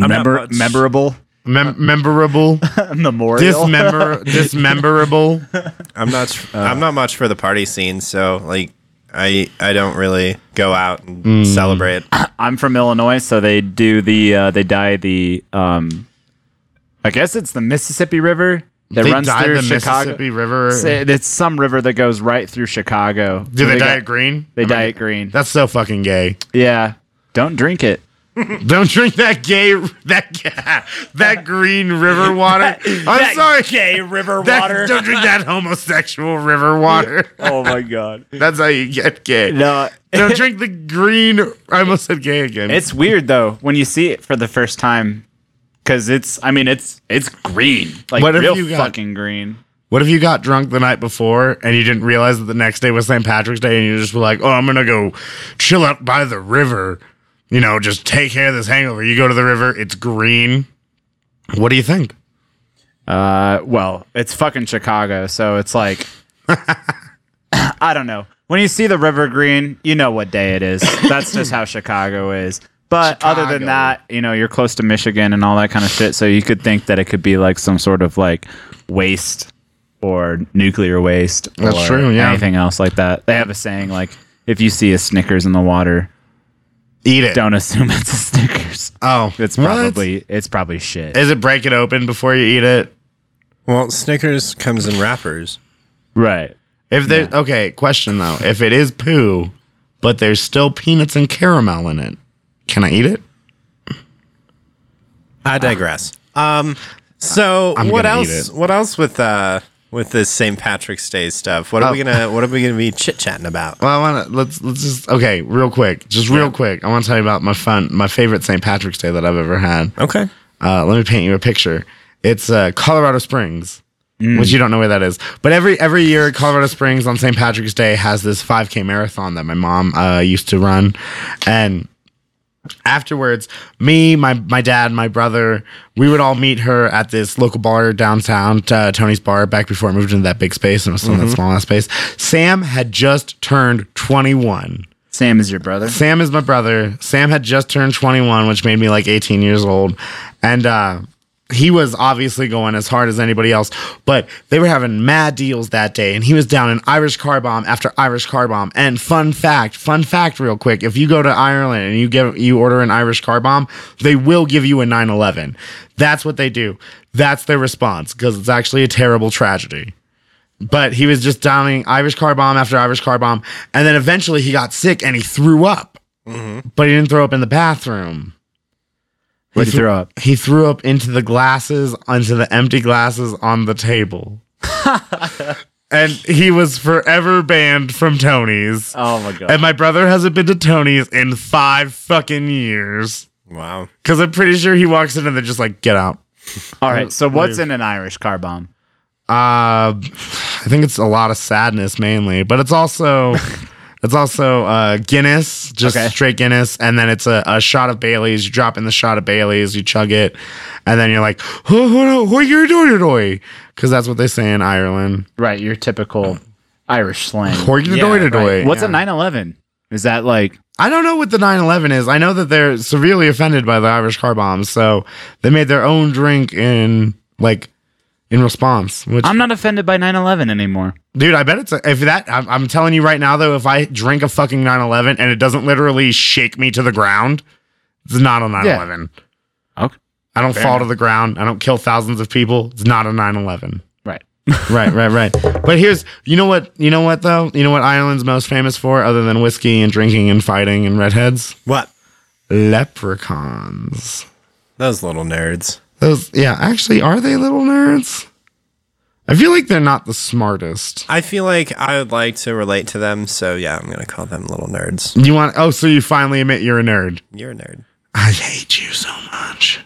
Speaker 3: I'm not
Speaker 4: Member-
Speaker 3: much-
Speaker 4: memorable
Speaker 1: Mem-
Speaker 4: <laughs>
Speaker 1: memorable,
Speaker 4: memorial.
Speaker 1: dismember,
Speaker 4: <laughs>
Speaker 1: dismemberable.
Speaker 3: I'm
Speaker 1: uh,
Speaker 3: not. I'm not much for the party scene, so like, I I don't really go out and
Speaker 1: Hmm.
Speaker 3: celebrate.
Speaker 4: I'm from Illinois, so they do the uh, they dye the um, I guess it's the Mississippi River that
Speaker 1: They
Speaker 4: runs
Speaker 1: dye
Speaker 4: through
Speaker 1: the
Speaker 4: Chicago.
Speaker 1: Mississippi River.
Speaker 4: It's- It's some river that goes right through Chicago.
Speaker 1: do they, dye
Speaker 4: got-
Speaker 1: it green?
Speaker 4: They
Speaker 1: I mean,
Speaker 4: dye it green.
Speaker 1: That's so fucking gay.
Speaker 4: Yeah, don't drink it.
Speaker 1: Don't drink that gay that <laughs> that green river
Speaker 4: <laughs>
Speaker 1: water. I'm sorry,
Speaker 4: gay river
Speaker 1: That- don't drink
Speaker 4: <laughs>
Speaker 1: that homosexual river water.
Speaker 4: oh my god.
Speaker 1: That's how you get gay.
Speaker 4: <laughs> No,
Speaker 1: No, drink the green. I almost said gay again.
Speaker 4: It's weird though when you see it for the first time, because it's I mean it's it's green like
Speaker 1: What have
Speaker 4: real
Speaker 1: you got?
Speaker 4: fucking green.
Speaker 1: what if you got drunk the night before and you didn't realize that the next day was St. Patrick's Day and you just were like, oh, I'm gonna go chill out by the river. You know, just take care of this hangover. You go to the river. It's green. What do you think?
Speaker 4: Uh, well, it's fucking Chicago, so it's
Speaker 1: <laughs>
Speaker 4: like I don't know. When you see the river green, you know what day it is. That's just how Chicago is. But other than
Speaker 1: Chicago.
Speaker 4: that, you know, you're close to Michigan and all that kind of shit, so you could think that it could be like some sort of like waste or nuclear waste
Speaker 1: That's
Speaker 4: or
Speaker 1: true, yeah.
Speaker 4: anything else like that. They have a saying like if you see a Snickers in the water,
Speaker 1: Eat it.
Speaker 4: don't assume it's a Snickers.
Speaker 1: Oh,
Speaker 4: It's
Speaker 1: what?
Speaker 4: probably it's probably shit.
Speaker 1: Is it break it open before you eat it?
Speaker 3: Well, Snickers comes in wrappers.
Speaker 4: right.
Speaker 1: If there, okay, question though. If it is poo, but there's still peanuts and caramel in it, can I eat it?
Speaker 3: I digress. Um. So
Speaker 1: Ah. I'm
Speaker 3: what
Speaker 1: gonna eat
Speaker 3: else?
Speaker 1: it.
Speaker 3: What else with uh with this St. Patrick's Day stuff? What are we
Speaker 1: Oh.
Speaker 3: gonna What are we gonna be chit chatting about?
Speaker 1: Well, I want to let's let's just okay, real quick, just real quick. I want to tell you about my fun, my favorite St. Patrick's Day that I've ever had.
Speaker 3: Okay.
Speaker 1: Uh, let me paint you a picture. It's uh, Colorado Springs, which you don't know where that is. But every every year, Colorado Springs on St. Patrick's Day has this 5K marathon that my mom uh, used to run, and afterwards, me, my my dad, my brother, we would all meet her at this local bar downtown, uh, Tony's Bar, back before I moved into that big space and was still in that small ass space. Sam had just turned 21.
Speaker 4: Sam is your brother.
Speaker 1: Sam is my brother. Sam had just turned 21, which made me like 18 years old. And uh, he was obviously going as hard as anybody else, but they were having mad deals that day. And he was down in Irish car bomb after Irish car bomb. And fun fact, fun fact, real quick if you go to Ireland and you give you order an Irish car bomb, they will give you a 911. That's what they do. That's their response because it's actually a terrible tragedy but he was just downing Irish car bomb after Irish car bomb, and then eventually he got sick and he threw up. But he didn't throw up in the bathroom.
Speaker 4: Where'd you
Speaker 1: threw-
Speaker 4: throw up?
Speaker 1: He threw up into the glasses, onto the empty glasses on the table. and he was forever banned from Tony's.
Speaker 4: Oh my god.
Speaker 1: And my brother hasn't been to Tony's in five fucking years.
Speaker 3: Wow.
Speaker 1: Because I'm pretty sure he walks in and they're just like, get out.
Speaker 4: All right. So what's in an Irish car bomb?
Speaker 1: Uh, I think it's a lot of sadness mainly, but it's also it's also uh, Guinness, just
Speaker 4: Okay.
Speaker 1: straight Guinness, and then it's a, a shot of Bailey's. You drop in the shot of Bailey's, you chug it, and then you're like, "Oh, oh, oh, oh you're doing it, because that's what they say in Ireland.
Speaker 4: Right, your typical Irish slang.
Speaker 1: Hoy, you're
Speaker 3: Yeah,
Speaker 1: doing it,
Speaker 4: Right.
Speaker 1: oi.
Speaker 4: What's a
Speaker 1: Yeah.
Speaker 4: 911? Is that like
Speaker 1: I don't know what the 9/11 is. I know that they're severely offended by the Irish car bombs, so they made their own drink in like in response. Which
Speaker 4: I'm not offended by 911 anymore.
Speaker 1: Dude, I bet it's if that. I'm, I'm telling you right now, though, if I drink a fucking 911 and it doesn't literally shake me to the ground, it's not a 911.
Speaker 4: Okay.
Speaker 1: I don't fall to the ground. I don't kill thousands of people. It's not a 911.
Speaker 4: <laughs> Right.
Speaker 1: right, right, right. But here's you know what you know what though you know what Ireland's most famous for other than whiskey and drinking and fighting and redheads
Speaker 3: What?
Speaker 1: leprechauns.
Speaker 3: Those little nerds.
Speaker 1: Those yeah, actually, are they little nerds? I feel like they're not the smartest.
Speaker 3: I feel like I would like to relate to them, so yeah, I'm gonna call them little nerds.
Speaker 1: You want? Oh, so you finally admit you're a nerd.
Speaker 3: You're a nerd.
Speaker 1: I hate you so much.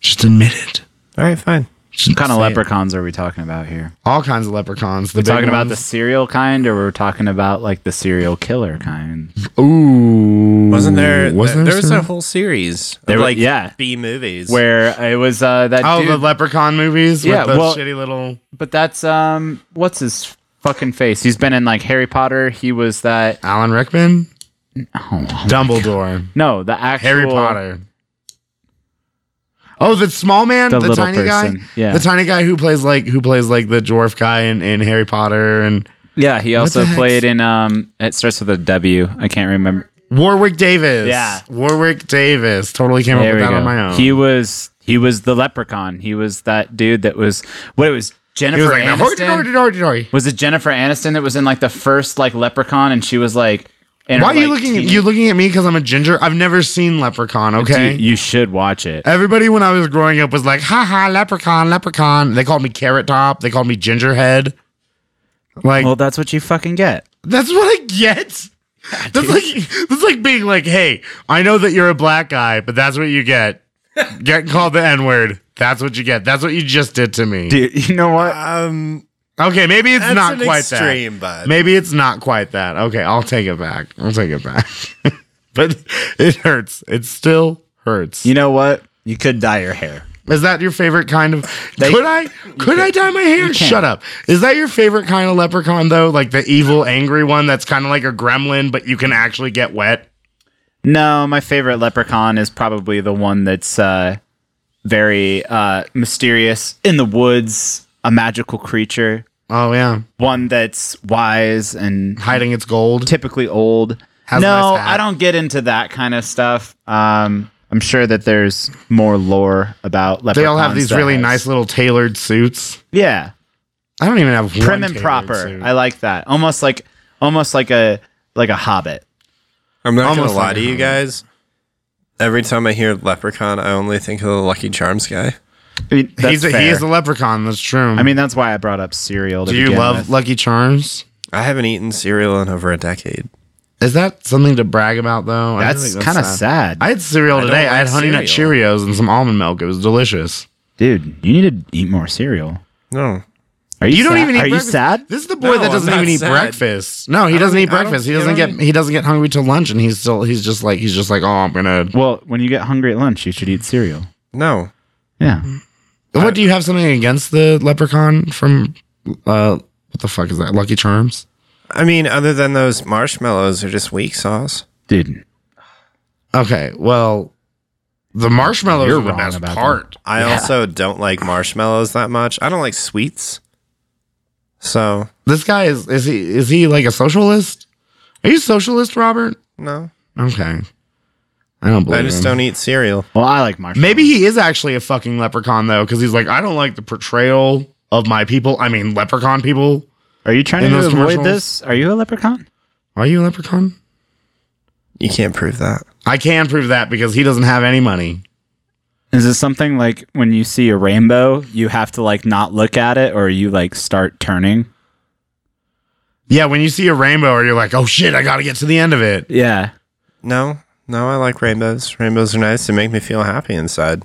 Speaker 1: Just admit it.
Speaker 3: All right, fine.
Speaker 1: Just
Speaker 4: What kind
Speaker 1: say
Speaker 4: of
Speaker 1: it.
Speaker 4: leprechauns are we talking about here?
Speaker 1: All kinds of leprechauns. The
Speaker 4: We're talking about the
Speaker 1: this.
Speaker 4: serial kind, or we're talking about like the serial killer <laughs> kind?
Speaker 1: Ooh,
Speaker 3: Wasn't there?
Speaker 1: Wasn't
Speaker 3: there, there was
Speaker 1: some-
Speaker 3: a whole series.
Speaker 4: There
Speaker 3: There
Speaker 4: were-
Speaker 3: like
Speaker 4: yeah.
Speaker 3: B movies
Speaker 4: Where it was uh, that
Speaker 1: Oh,
Speaker 4: dude,
Speaker 1: the leprechaun movies
Speaker 4: Yeah,
Speaker 1: with the
Speaker 4: well-
Speaker 1: shitty little.
Speaker 4: but that's um, what's his fucking face? He's been in like Harry Potter. He was that
Speaker 1: Alan Rickman?
Speaker 4: Oh,
Speaker 1: Dumbledore.
Speaker 4: no, the actual
Speaker 1: Harry Potter. Oh, the small man,
Speaker 4: The
Speaker 1: the,
Speaker 4: little
Speaker 1: tiny
Speaker 4: person,
Speaker 1: guy,
Speaker 4: yeah.
Speaker 1: the tiny guy who plays like who plays like the dwarf guy in, in Harry Potter and
Speaker 4: Yeah, he also
Speaker 1: the heck?
Speaker 4: played in um, it starts with a W. I can't remember.
Speaker 1: Warwick Davis.
Speaker 4: Yeah.
Speaker 1: Warwick Davis. Totally came
Speaker 4: There
Speaker 1: up
Speaker 4: we
Speaker 1: with that
Speaker 4: go.
Speaker 1: on my own.
Speaker 4: He was he was the leprechaun. He was that dude that was what it was Jennifer
Speaker 1: He was like,
Speaker 4: Aniston.
Speaker 1: "Hoity-toity-toity-toity."
Speaker 4: was it Jennifer Aniston that was in like the first like Leprechaun, and she was like, in her,
Speaker 1: why are you
Speaker 4: like,
Speaker 1: looking?
Speaker 4: teen-
Speaker 1: You looking at me because I'm a ginger? I've never seen Leprechaun. Okay,
Speaker 4: Dude, you should watch it.
Speaker 1: Everybody when I was growing up was like, ha ha, leprechaun, leprechaun. They called me carrot top. They called me gingerhead. Like
Speaker 4: Well, that's what you fucking get.
Speaker 1: that's what I get. That's like that's like being like, hey, I know that you're a black guy, but that's what you
Speaker 4: <laughs>
Speaker 1: get. Getting called the N word. That's what you get. That's what you just did to me.
Speaker 4: Dude, <laughs> you know what?
Speaker 3: Um,
Speaker 1: Okay, maybe it's
Speaker 3: that's
Speaker 1: not
Speaker 3: an
Speaker 1: quite
Speaker 3: extreme,
Speaker 1: that.
Speaker 3: but
Speaker 1: Maybe it's not quite that. Okay, I'll take it back. I'll take it back. <laughs> but it hurts. It still hurts.
Speaker 4: You know what? You could dye your hair.
Speaker 1: Is that your favorite kind of? could I? Could I dye my hair? Shut up. Is that your favorite kind of leprechaun though? Like the evil, angry one that's kind of like a gremlin, but you can actually get wet.
Speaker 4: No, my favorite leprechaun is probably the one that's uh, very uh, mysterious in the woods, a magical creature,
Speaker 1: Oh yeah,
Speaker 4: one that's wise and
Speaker 1: hiding its gold.
Speaker 4: typically old.
Speaker 1: Has a
Speaker 4: no,
Speaker 1: nice hat.
Speaker 4: I don't get into that kind of stuff. Um, I'm sure that there's more lore about leprechauns.
Speaker 1: They all have these
Speaker 4: that
Speaker 1: really
Speaker 4: has-
Speaker 1: nice little tailored suits.
Speaker 4: yeah,
Speaker 1: I don't even have one
Speaker 4: prim and
Speaker 1: tailored
Speaker 4: proper.
Speaker 1: suit.
Speaker 4: I like that. Almost like, almost like a like a hobbit.
Speaker 3: I'm not gonna
Speaker 1: Almost
Speaker 3: lie
Speaker 1: like
Speaker 3: to
Speaker 1: a
Speaker 3: you
Speaker 1: home.
Speaker 3: guys. Every time I hear Leprechaun, I only think of the Lucky Charms guy.
Speaker 4: I mean, that's
Speaker 1: He's a,
Speaker 4: fair.
Speaker 1: he is a leprechaun. That's true.
Speaker 4: I mean, that's why I brought up cereal. To
Speaker 1: do you
Speaker 4: begin
Speaker 1: love
Speaker 4: with.
Speaker 1: Lucky Charms?
Speaker 3: I haven't eaten cereal in over a decade.
Speaker 1: Is that something to brag about though? I feel
Speaker 4: That's
Speaker 1: like
Speaker 4: kind of sad.
Speaker 1: I had cereal
Speaker 3: don't
Speaker 1: today. I had
Speaker 3: like
Speaker 1: Honey Nut
Speaker 3: cereal.
Speaker 1: Cheerios and some almond milk. It was delicious.
Speaker 4: Dude, you need to eat more cereal.
Speaker 3: No,
Speaker 4: Are you?
Speaker 1: You don't
Speaker 4: sad-
Speaker 1: even eat
Speaker 4: Are
Speaker 1: breakfast.
Speaker 4: you sad?
Speaker 1: This is the boy
Speaker 3: No,
Speaker 1: that
Speaker 3: I'm
Speaker 1: doesn't
Speaker 3: not
Speaker 1: even eat
Speaker 3: sad.
Speaker 1: breakfast. No, he doesn't
Speaker 3: don't-
Speaker 1: eat
Speaker 3: I don't-
Speaker 1: breakfast. He
Speaker 3: you
Speaker 1: doesn't
Speaker 3: know what
Speaker 1: get
Speaker 3: I
Speaker 1: he doesn't get hungry till lunch and he's still he's just like he's just like, "Oh, I'm going to
Speaker 4: Well, when you get hungry at lunch, you should eat cereal.
Speaker 3: no.
Speaker 4: Yeah.
Speaker 1: What do you have something against the leprechaun from uh what the fuck is that? Lucky Charms?
Speaker 3: I mean, other than those marshmallows are just weak sauce.
Speaker 4: Dude,
Speaker 1: Okay. Well, the marshmallows
Speaker 4: You're
Speaker 1: are the
Speaker 4: wrong
Speaker 1: best
Speaker 4: about
Speaker 1: part.
Speaker 3: I also don't like marshmallows that much. I don't like sweets. So
Speaker 1: This guy is is he is he like a socialist? Are you a socialist, Robert?
Speaker 3: no,
Speaker 1: Okay. I don't believe
Speaker 3: I just
Speaker 1: him.
Speaker 3: don't eat cereal.
Speaker 4: Well, I like marshmallows.
Speaker 1: Maybe he is actually a fucking leprechaun though, because he's like, I don't like the portrayal of my people. I mean, leprechaun people.
Speaker 4: Are you trying
Speaker 1: In
Speaker 4: to
Speaker 1: those
Speaker 4: avoid
Speaker 1: commercials?
Speaker 4: this? Are you a leprechaun?
Speaker 1: Are you a leprechaun?
Speaker 3: You can't prove that.
Speaker 1: I can prove that because he doesn't have any money.
Speaker 4: Is this something like when you see a rainbow, you have to like not look at it, or you like start turning?
Speaker 1: Yeah, when you see a rainbow, you're like, oh shit, I gotta get to the end of it.
Speaker 4: Yeah.
Speaker 3: No, no, I like rainbows. Rainbows are nice. They make me feel happy inside.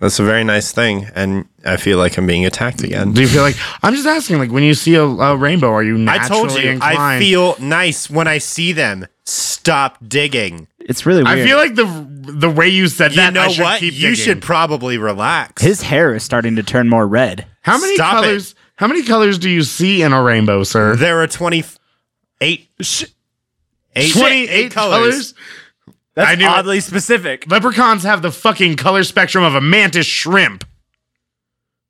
Speaker 3: That's a very nice thing, and I feel like I'm being attacked again.
Speaker 1: Do you feel like I'm just asking? Like when you see a, a rainbow, are you naturally inclined?
Speaker 3: feel nice when I see them. Stop digging.
Speaker 4: It's really weird.
Speaker 1: I feel like the the way you said that. I should Keep digging.
Speaker 3: probably relax.
Speaker 4: his hair is starting to turn more red.
Speaker 1: How many
Speaker 3: Stop it.
Speaker 1: colors? How many colors do you see in a rainbow, sir?
Speaker 3: there are 28 eight, eight
Speaker 1: I knew it.
Speaker 4: specific.
Speaker 1: Leprechauns have the fucking color spectrum of a mantis shrimp,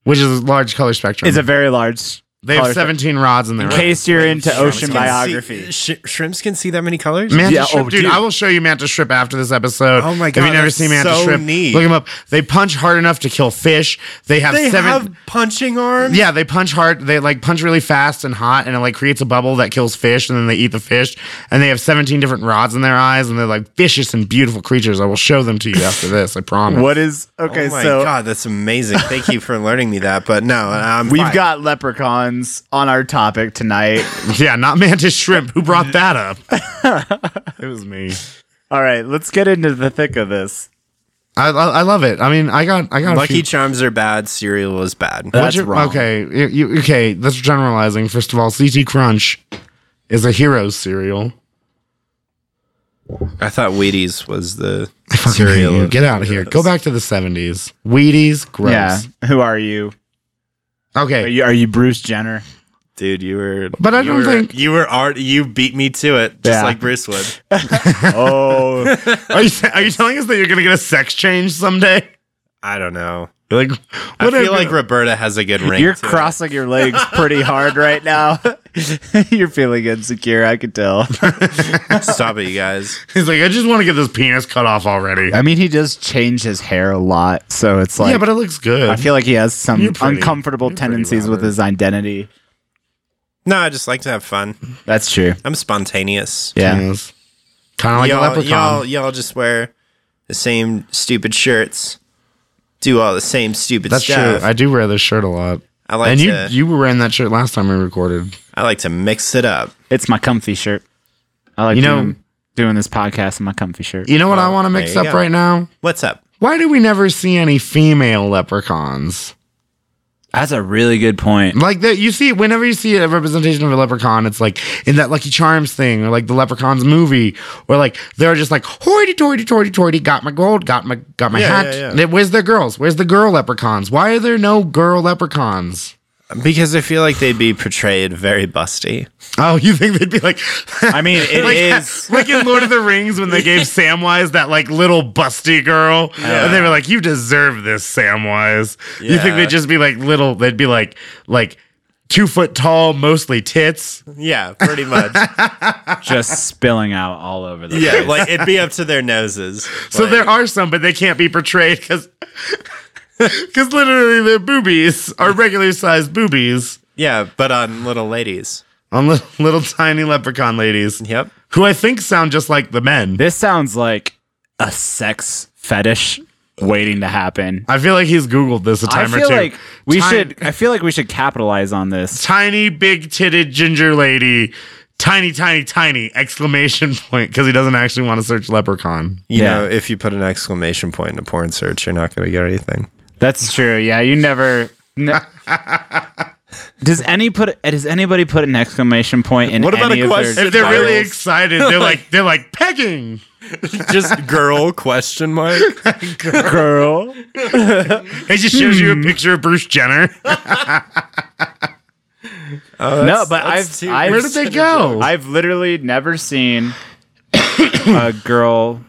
Speaker 1: which is a large color spectrum.
Speaker 4: It's a very large
Speaker 1: They have
Speaker 4: Colors.
Speaker 1: 17 rods in their
Speaker 4: In
Speaker 1: case.
Speaker 4: case you're into ocean
Speaker 3: Shrimps can
Speaker 4: biography.
Speaker 3: see- sh- shrimps can see that many colors.
Speaker 1: Manta
Speaker 4: Yeah,
Speaker 1: Strip,
Speaker 4: oh,
Speaker 1: dude,
Speaker 4: dude.
Speaker 1: I will show you Manta Strip after this episode.
Speaker 3: Oh my
Speaker 1: If
Speaker 3: God,
Speaker 1: you've never
Speaker 3: that's
Speaker 1: seen Manta
Speaker 3: so
Speaker 1: Strip,
Speaker 3: neat.
Speaker 1: look them up. They punch hard enough to kill fish. They have
Speaker 3: They
Speaker 1: seven.
Speaker 3: have punching arms.
Speaker 1: yeah, they punch hard. They like punch really fast and hot, and it like creates a bubble that kills fish, and then they eat the fish. And they have 17 different rods in their eyes, and they're like vicious and beautiful creatures. I will show them to you after this. I promise.
Speaker 4: What is okay?
Speaker 3: oh my
Speaker 4: so
Speaker 3: god, that's amazing. Thank you for learning me that. But no, I'm
Speaker 4: we've
Speaker 3: fine.
Speaker 4: got leprechauns on our topic tonight.
Speaker 1: Yeah, not Mantis Shrimp. Who brought that up? it was me.
Speaker 4: <laughs> All right, let's get into the thick of this.
Speaker 1: I, I, I love it. I mean, I got I got a few-
Speaker 3: Lucky Charms are bad. Cereal is bad.
Speaker 1: What's your- Okay, you, you- okay, that's generalizing. First of all, CT Crunch is a hero's cereal.
Speaker 3: I thought Wheaties was the
Speaker 1: Fucking hate
Speaker 3: cereal.
Speaker 1: you.
Speaker 3: of
Speaker 1: Get out of here. Go
Speaker 3: heroes.
Speaker 1: back to the seventies. Wheaties, gross.
Speaker 4: Yeah, who are you? Are
Speaker 1: Okay.
Speaker 4: you are you Bruce Jenner?
Speaker 3: dude. You were,
Speaker 1: But I
Speaker 3: you
Speaker 1: don't
Speaker 3: were-
Speaker 1: think-
Speaker 3: you were art. You beat me to it, just
Speaker 4: Yeah.
Speaker 3: like
Speaker 4: <laughs>
Speaker 3: Bruce would.
Speaker 4: Oh,
Speaker 1: Are you, are you telling us that you're gonna get a sex change someday?
Speaker 3: I don't know.
Speaker 1: You're like,
Speaker 3: I
Speaker 1: what are
Speaker 3: feel
Speaker 1: you-
Speaker 3: like Roberta has a good ring.
Speaker 4: you're
Speaker 3: to it.
Speaker 4: crossing your legs pretty hard right now. <laughs> you're feeling insecure. I could tell.
Speaker 1: <laughs>
Speaker 3: Stop it, you guys.
Speaker 1: he's like, I just want to get this penis cut off already.
Speaker 4: I mean, he does change his hair a lot, so it's like
Speaker 1: yeah, but it looks good.
Speaker 4: I feel like he has some
Speaker 1: You're pretty.
Speaker 4: uncomfortable
Speaker 1: You're pretty,
Speaker 4: tendencies with
Speaker 1: Robert.
Speaker 4: his identity.
Speaker 3: No, I just like to have fun.
Speaker 4: That's true.
Speaker 3: I'm spontaneous.
Speaker 4: Yeah.
Speaker 1: Kind of like a
Speaker 3: y'all,
Speaker 1: leprechaun.
Speaker 3: y'all, y'all just wear the same stupid shirts, do all the same stupid
Speaker 1: That's
Speaker 3: stuff.
Speaker 1: true. I do wear this shirt a lot.
Speaker 3: I like
Speaker 1: and you
Speaker 3: to-
Speaker 1: you were wearing that shirt last time we recorded.
Speaker 3: I like to mix it up.
Speaker 4: It's my comfy shirt. I like
Speaker 1: You know-
Speaker 4: doing, doing this podcast in my comfy shirt.
Speaker 1: You know what I
Speaker 3: Well,
Speaker 1: want to mix
Speaker 3: there
Speaker 1: up
Speaker 3: you go.
Speaker 1: right now?
Speaker 3: What's up?
Speaker 1: Why do we never see any female leprechauns?
Speaker 4: That's a really good <laughs> point.
Speaker 1: Like that, you see whenever you see a representation of a leprechaun, it's like in that Lucky Charms thing, or like the Leprechauns movie, or like they're just like hoity toity toity toity, got my gold, got my got my
Speaker 3: Yeah,
Speaker 1: hat.
Speaker 3: yeah, yeah.
Speaker 1: And it- Where's the girls? Where's the girl leprechauns? Why are there no girl leprechauns?
Speaker 3: Because I feel like they'd be portrayed very busty.
Speaker 1: Oh, you think they'd be like?
Speaker 3: <laughs>
Speaker 4: I mean, it
Speaker 1: like,
Speaker 4: is.
Speaker 1: like in Lord of the Rings when they
Speaker 4: <laughs>
Speaker 1: gave Samwise that like little busty girl, and they were like, "You deserve this, Samwise." You think
Speaker 3: Yeah.
Speaker 1: they'd just be like little? They'd be like like two foot tall, mostly tits.
Speaker 3: Yeah, pretty <laughs> much.
Speaker 4: just spilling out all over the
Speaker 3: yeah,
Speaker 4: place.
Speaker 3: like it'd be up to their noses.
Speaker 1: So
Speaker 3: Like,
Speaker 1: there are some, but they can't be portrayed <laughs> because because literally their boobies are regular sized boobies
Speaker 3: yeah, but on little ladies.
Speaker 1: on li- little tiny leprechaun ladies
Speaker 3: Yep.
Speaker 1: who I think sound just like the men.
Speaker 4: This sounds like a sex fetish waiting to happen.
Speaker 1: I feel like he's googled this a
Speaker 4: I
Speaker 1: time or
Speaker 4: feel
Speaker 1: two.
Speaker 4: like we
Speaker 1: Time-
Speaker 4: should. I feel like we should capitalize on this.
Speaker 1: tiny big titted ginger lady tiny tiny tiny exclamation point because he doesn't actually want to search leprechaun
Speaker 3: You
Speaker 4: Yeah.
Speaker 3: know, if you put an exclamation point in a porn search, you're not going to get anything.
Speaker 4: That's true. Yeah, you never. <laughs> n- does any put? Does anybody put an exclamation point in
Speaker 3: What about
Speaker 4: any
Speaker 3: a
Speaker 4: of their
Speaker 3: question?
Speaker 1: if they're really
Speaker 3: Titles.
Speaker 1: excited
Speaker 4: <laughs>
Speaker 1: they're like they're like pegging
Speaker 3: Just <laughs> girl question <laughs> mark.
Speaker 4: girl?
Speaker 1: it just shows you
Speaker 4: Hmm.
Speaker 1: a picture of bruce jenner
Speaker 4: no, but I've,
Speaker 3: that's too-
Speaker 4: I've
Speaker 1: where did they go
Speaker 4: I've literally never seen <coughs> a girl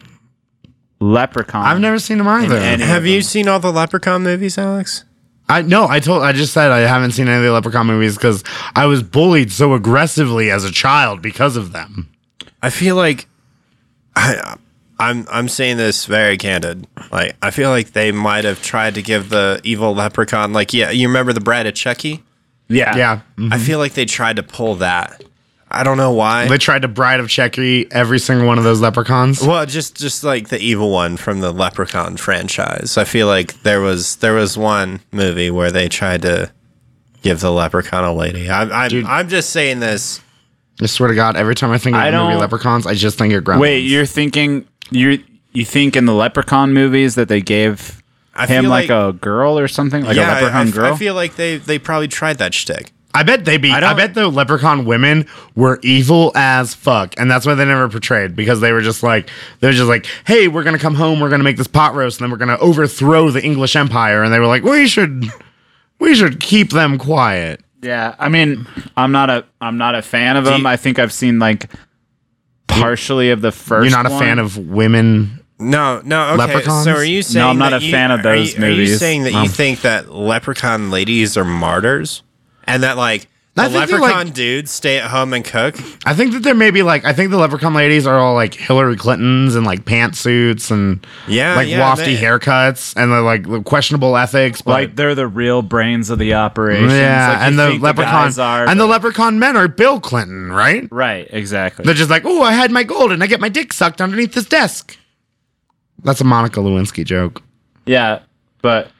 Speaker 4: leprechaun.
Speaker 1: i've never seen him either
Speaker 4: any-
Speaker 3: Have you seen all the Leprechaun movies, Alex?
Speaker 1: i no i told i just said i haven't seen any of the leprechaun movies because i was bullied so aggressively as a child because of them
Speaker 3: I feel like I, I'm I'm saying this very candid. Like I feel like they might have tried to give the evil leprechaun like yeah, you remember the Bride of Chucky?
Speaker 4: Yeah.
Speaker 1: yeah
Speaker 3: I E?
Speaker 4: Mm-hmm.
Speaker 3: feel like they tried to pull that. I don't know why.
Speaker 1: they tried to bride of checky every single one of those leprechauns
Speaker 3: well, just just like the evil one from the Leprechaun franchise. I feel like there was there was one movie where they tried to give the Leprechaun a lady. I'm I'm, I'm just saying this.
Speaker 1: i swear to god every time i think of
Speaker 4: I
Speaker 1: the movie
Speaker 4: don't-
Speaker 1: leprechauns i just think of gremlins
Speaker 4: Wait, you're thinking you you think in the leprechaun movies that they gave
Speaker 3: I
Speaker 4: him
Speaker 3: feel
Speaker 4: like, a girl or something like a
Speaker 3: yeah. I- I,
Speaker 4: leprechaun
Speaker 3: I
Speaker 4: girl?
Speaker 3: feel like they they probably tried that shtick.
Speaker 1: I bet they be.
Speaker 4: I
Speaker 1: I,
Speaker 4: don't-
Speaker 1: bet the leprechaun women were evil as fuck, and that's why they never portrayed because they were just like they're just like, hey, we're gonna come home, we're gonna make this pot roast, and then we're gonna overthrow the English Empire, and they were like, we should, we should keep them quiet.
Speaker 4: yeah, I mean, I'm not a I'm not a fan of him.
Speaker 3: you-
Speaker 4: I think I've seen like partially of the first.
Speaker 1: you You're not a
Speaker 4: one.
Speaker 1: fan of women.
Speaker 3: No, no. Okay.
Speaker 1: Leprechauns?
Speaker 3: So are you saying?
Speaker 4: I'm not
Speaker 3: that
Speaker 4: a
Speaker 3: you-
Speaker 4: fan of
Speaker 3: are
Speaker 4: those
Speaker 3: you- Are you
Speaker 4: movies.
Speaker 3: saying that you think that leprechaun ladies are martyrs, and that like
Speaker 1: I
Speaker 3: The
Speaker 1: think they're,
Speaker 3: leprechaun
Speaker 1: like,
Speaker 3: dudes stay at home and cook.
Speaker 1: I think that there may be like I think the leprechaun ladies are all like Hillary Clintons and like pantsuits and
Speaker 3: Yeah,
Speaker 1: like
Speaker 3: yeah,
Speaker 1: wafty
Speaker 3: they-
Speaker 1: haircuts and the like the questionable ethics, but
Speaker 2: Like they're the real brains of the operation.
Speaker 1: yeah,
Speaker 2: like you
Speaker 1: and the
Speaker 2: think
Speaker 1: leprechaun
Speaker 2: guys are,
Speaker 1: and the
Speaker 2: but-
Speaker 1: leprechaun men are Bill Clinton, right?
Speaker 2: right, exactly.
Speaker 1: They're just like, oh, I had my gold and I get my dick sucked underneath this desk. That's a Monica Lewinsky joke.
Speaker 2: yeah, but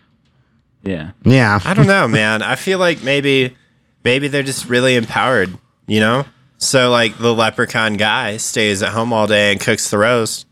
Speaker 2: yeah,
Speaker 1: Yeah,
Speaker 3: I don't know, man. I feel like maybe maybe they're just really empowered, you know? So like the leprechaun guy stays at home all day and cooks the roast.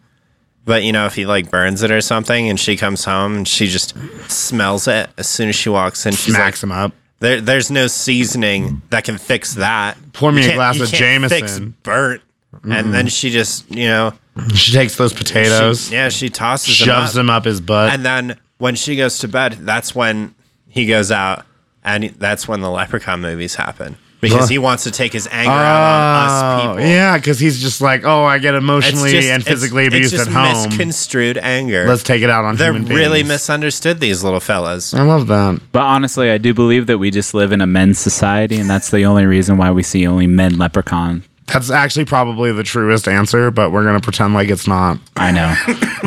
Speaker 3: But you know, if he like burns it or something and she comes home and she just smells it as soon as she walks in, she's
Speaker 1: smacks
Speaker 3: like,
Speaker 1: him up.
Speaker 3: there, there's no seasoning that can fix that.
Speaker 1: Mm. Pour me
Speaker 3: You
Speaker 1: a
Speaker 3: can't-
Speaker 1: glass
Speaker 3: you
Speaker 1: of
Speaker 3: can't Fix
Speaker 1: Jameson."
Speaker 3: burnt. And then she just, you know,
Speaker 1: She takes those
Speaker 3: she-
Speaker 1: potatoes,
Speaker 3: yeah, she tosses
Speaker 1: shoves
Speaker 3: them up.
Speaker 1: them up his butt.
Speaker 3: And then when she goes to bed, that's when he goes out, and that's when the Leprechaun movies happen because he wants to take his anger out on us
Speaker 1: Oh,
Speaker 3: people.
Speaker 1: yeah, because he's just like, oh, I get
Speaker 3: It's
Speaker 1: emotionally
Speaker 3: just-
Speaker 1: and physically
Speaker 3: it's,
Speaker 1: abused
Speaker 3: it's just
Speaker 1: at home.
Speaker 3: Misconstrued anger.
Speaker 1: Let's take it out on
Speaker 3: They're
Speaker 1: human beings.
Speaker 3: really misunderstood. These little fellas.
Speaker 1: I love that.
Speaker 2: but honestly, I do believe that we just live in a men's society, and that's the only reason why we see only men leprechaun.
Speaker 1: That's actually probably the truest answer, but we're gonna pretend like it's not.
Speaker 2: I
Speaker 1: <laughs>
Speaker 2: know.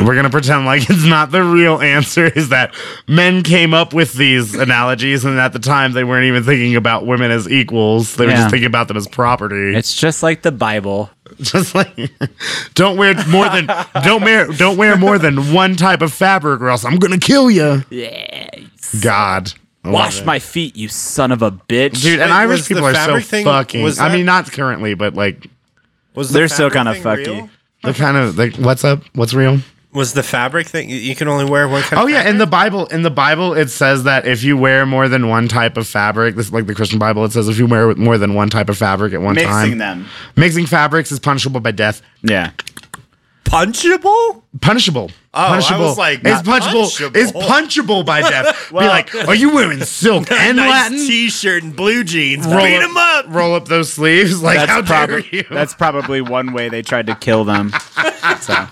Speaker 1: We're gonna pretend like it's not the real answer. Is that men came up with these analogies, and at the time they weren't even thinking about women as equals. They were
Speaker 2: Yeah.
Speaker 1: just thinking about them as property.
Speaker 2: it's just like the Bible.
Speaker 1: <laughs> just like don't wear more than don't wear don't wear more than one type of fabric, or else I'm gonna kill you.
Speaker 2: Yeah.
Speaker 1: God, I love
Speaker 2: Wash
Speaker 1: it.
Speaker 2: my feet, you son of a bitch.
Speaker 1: dude. And
Speaker 3: Wait,
Speaker 1: Irish
Speaker 3: was the
Speaker 1: people are so
Speaker 3: fabric thing-
Speaker 1: fucking.
Speaker 3: was
Speaker 1: I
Speaker 3: that-
Speaker 1: mean, not currently, but like
Speaker 3: Was
Speaker 2: They're still
Speaker 3: fabric
Speaker 2: kinda
Speaker 3: thing
Speaker 2: fucky.
Speaker 3: real?
Speaker 1: the kind of like what's up, what's real.
Speaker 3: Was the fabric thing? You you can only wear one kind.
Speaker 1: Oh
Speaker 3: of
Speaker 1: yeah, in
Speaker 3: fabric?
Speaker 1: the Bible, in the Bible, it says that if you wear more than one type of fabric, this like the Christian Bible, it says if you wear more than one type of fabric at one time,
Speaker 2: them.
Speaker 1: mixing fabrics is punishable by death.
Speaker 2: Yeah.
Speaker 3: punchable.
Speaker 1: Punishable.
Speaker 3: Oh, I
Speaker 1: punishable.
Speaker 3: was like,
Speaker 1: it's
Speaker 3: not
Speaker 1: punchable.
Speaker 3: punchable.
Speaker 1: It's punchable by
Speaker 3: <laughs>
Speaker 1: death. Be like, are you wearing silk and
Speaker 3: nice
Speaker 1: Latin?
Speaker 3: t-shirt and blue jeans.
Speaker 1: Roll
Speaker 3: Beat
Speaker 1: up-
Speaker 3: him up.
Speaker 1: Roll up those sleeves. <laughs> Like, how
Speaker 2: That's,
Speaker 1: dare
Speaker 2: probably
Speaker 1: you?
Speaker 3: <laughs>
Speaker 2: that's probably one way they tried to kill them. So.
Speaker 1: <laughs>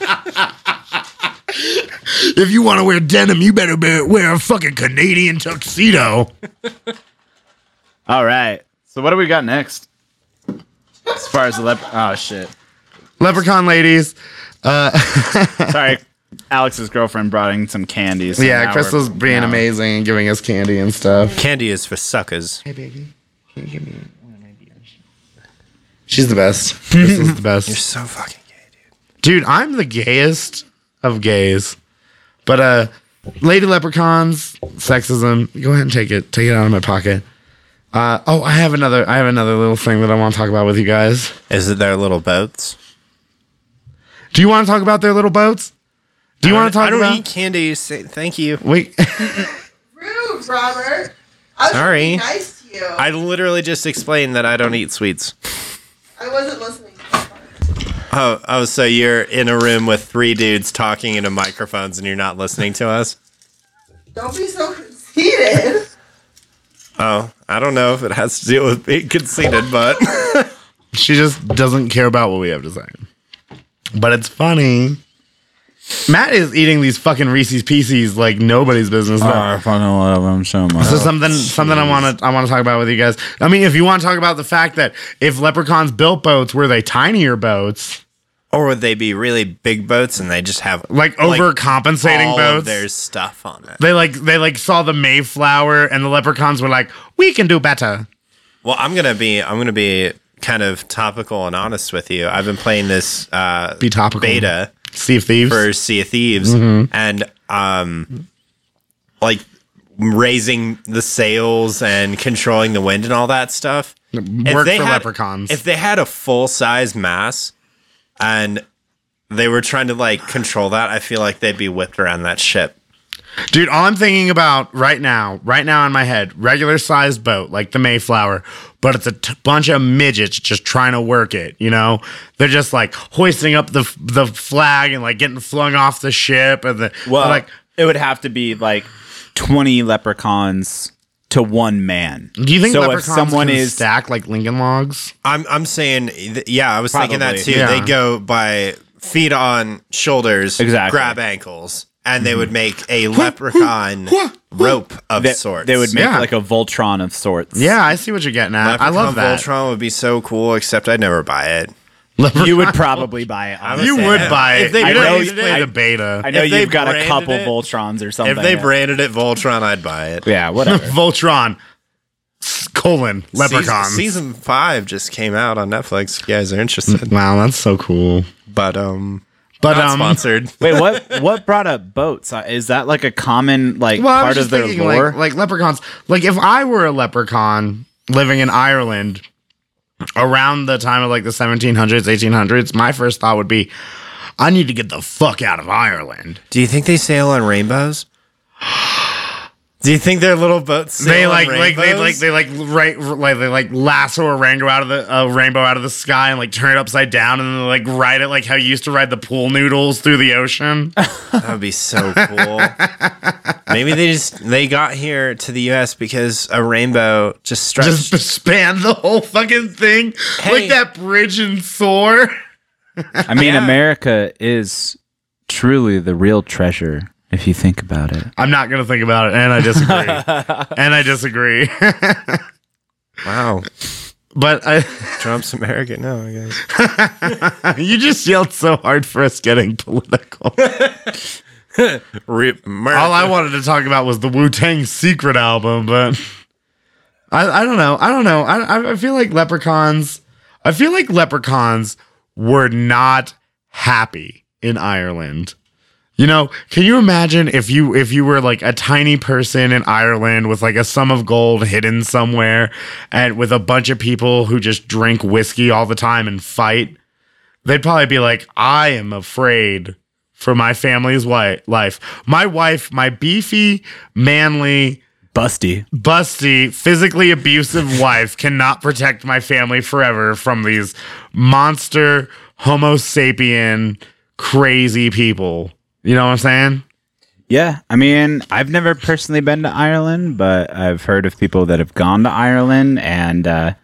Speaker 1: if you want to wear denim, you better be- wear a fucking Canadian tuxedo.
Speaker 3: <laughs>
Speaker 2: All right. So what do we got next? As far as the lep- oh shit.
Speaker 1: Leprechaun ladies.
Speaker 2: Sorry, Alex's girlfriend brought in some candies.
Speaker 1: Yeah, Crystal's being amazing and giving us candy and stuff.
Speaker 3: Candy is for suckers.
Speaker 1: Hey, baby. Can you give me one of my beers? She's the best. Crystal's the
Speaker 3: You're
Speaker 1: best.
Speaker 3: so fucking gay, dude.
Speaker 1: Dude, I'm the gayest of gays. But, uh, Lady Leprechauns, sexism. Go ahead and take it. Take it out of my pocket. Uh, oh, I have another. I have another little thing that I want to talk about with you guys.
Speaker 3: Is it their little boats?
Speaker 1: Do you want to talk about their little boats? Do you want to
Speaker 3: I
Speaker 1: talk
Speaker 3: don't
Speaker 1: about?
Speaker 3: eat candy. Say, thank you.
Speaker 1: Wait. <laughs>
Speaker 5: Rude, Robert. I was
Speaker 3: Sorry.
Speaker 5: being nice to you.
Speaker 3: I
Speaker 5: I,
Speaker 3: literally just explained that I don't eat sweets.
Speaker 5: wasn't listening. to that part.
Speaker 3: Oh, oh, so you're in a room with three dudes talking into microphones and you're not listening to us?
Speaker 5: Don't be so conceited.
Speaker 3: Oh, I don't know if it has to do with being conceited, but
Speaker 1: She just doesn't care about what we have to say. But it's funny. Matt is eating these fucking Reese's Pieces like nobody's business.
Speaker 2: I fucking love them so much.
Speaker 1: so something, something I want to, I want to talk about with you guys. I mean, if you want to talk about the fact that if leprechauns built boats, were they tinier boats,
Speaker 3: <laughs> or would they be really big boats and they just have
Speaker 1: like overcompensating
Speaker 3: all
Speaker 1: boats?
Speaker 3: Of their stuff on it.
Speaker 1: they like, they like saw the Mayflower, and the leprechauns were like, "We can do better."
Speaker 3: Well, I'm gonna be I'm gonna be kind of topical and honest with you. I've been playing this uh,
Speaker 1: Be topical.
Speaker 3: beta.
Speaker 1: Sea of Thieves.
Speaker 3: for Sea of Thieves
Speaker 1: Mm-hmm.
Speaker 3: and um like raising the sails and controlling the wind and all that stuff. If
Speaker 1: Work
Speaker 3: they
Speaker 1: for
Speaker 3: had-
Speaker 1: leprechauns.
Speaker 3: If they had a full size mass and they were trying to like control that, I feel like they'd be whipped around that ship.
Speaker 1: Dude, all I'm thinking about right now, right now in my head, regular sized boat like the Mayflower, but it's a t- bunch of midgets just trying to work it. You know, they're just like hoisting up the f- the flag and like getting flung off the ship and the
Speaker 2: well,
Speaker 1: like.
Speaker 2: like it would have to be like twenty leprechauns to one man.
Speaker 1: Do you think
Speaker 2: so? If
Speaker 1: leprechauns
Speaker 2: someone
Speaker 1: can
Speaker 2: is
Speaker 1: stacked like Lincoln logs?
Speaker 3: I'm I'm saying th- yeah, I was thinking that
Speaker 2: Probably.
Speaker 3: too.
Speaker 1: Yeah.
Speaker 3: They go by feet on shoulders,
Speaker 2: Exactly.
Speaker 3: grab ankles. and they would make a leprechaun rope of
Speaker 4: They,
Speaker 3: sorts.
Speaker 4: they would make
Speaker 1: Yeah.
Speaker 4: like a Voltron of sorts.
Speaker 1: Yeah, I see what you're getting at. I
Speaker 3: Leprechaun
Speaker 1: love that.
Speaker 3: Voltron would be so cool, except I'd never buy it.
Speaker 4: You would probably buy it.
Speaker 3: I
Speaker 4: honestly.
Speaker 1: You
Speaker 3: say
Speaker 1: would
Speaker 3: that.
Speaker 1: buy
Speaker 3: If
Speaker 1: it.
Speaker 3: they
Speaker 1: You
Speaker 4: branded
Speaker 1: always
Speaker 4: it-
Speaker 1: play
Speaker 4: I-
Speaker 1: the beta.
Speaker 4: I know
Speaker 3: If they
Speaker 4: you've got a
Speaker 3: branded
Speaker 4: couple
Speaker 3: it-
Speaker 4: Voltrons or something.
Speaker 3: If they
Speaker 4: yeah.
Speaker 3: branded it Voltron, I'd buy it.
Speaker 4: yeah, whatever.
Speaker 1: Voltron s- colon leprechaun.
Speaker 3: Season, season five just came out on Netflix. If you guys are interested,
Speaker 1: Wow, that's so cool.
Speaker 3: but um,
Speaker 1: Mm. But
Speaker 3: not
Speaker 1: um,
Speaker 3: sponsored.
Speaker 4: Wait, what? What brought up boats? Uh, Is that like a common like
Speaker 1: well, I was
Speaker 4: part
Speaker 1: just
Speaker 4: of their
Speaker 1: thinking
Speaker 4: lore?
Speaker 1: like, like leprechauns. Like if I were a leprechaun living in Ireland around the time of like the 1700s, 1800s, my first thought would be, I need to get the fuck out of Ireland.
Speaker 3: Do you think they sail on rainbows? Do you think their little boats sail
Speaker 1: they
Speaker 3: on
Speaker 1: like like they like
Speaker 3: rainbows?
Speaker 1: they like right like they like lasso a rainbow out of the a rainbow out of the sky and like turn it upside down and then like ride it like how you used to ride the pool noodles through the
Speaker 4: <laughs>
Speaker 1: ocean.
Speaker 3: That would be so cool. Maybe they just they got here to the U.S. because a rainbow just stretched.
Speaker 1: just span the whole fucking thing
Speaker 3: Hey.
Speaker 1: like that bridge and soar.
Speaker 4: I mean,
Speaker 3: Yeah.
Speaker 4: America is truly the real treasure if you think about it.
Speaker 1: I'm not gonna think about it, and I disagree. and I disagree. <laughs>
Speaker 3: wow,
Speaker 1: but I, <laughs>
Speaker 3: Trump's American now. I guess.
Speaker 1: you just yelled so hard for us getting political.
Speaker 3: Rip America.
Speaker 1: All I wanted to talk about was the Wu Tang Secret album, but I, I don't know. I don't know. I, I- I feel like leprechauns. I feel like leprechauns were not happy in Ireland. You know, can you imagine if you if you were like a tiny person in Ireland with like a sum of gold hidden somewhere and with a bunch of people who just drink whiskey all the time and fight? They'd probably be like, "I am afraid for my family's wi- life. My wife, my beefy, manly,
Speaker 4: Busty.
Speaker 1: busty, physically abusive <laughs> wife cannot protect my family forever from these monster homo sapien crazy people." You know what I'm saying?
Speaker 4: Yeah, I mean, I've never personally been to Ireland, but I've heard of people that have gone to Ireland, and uh,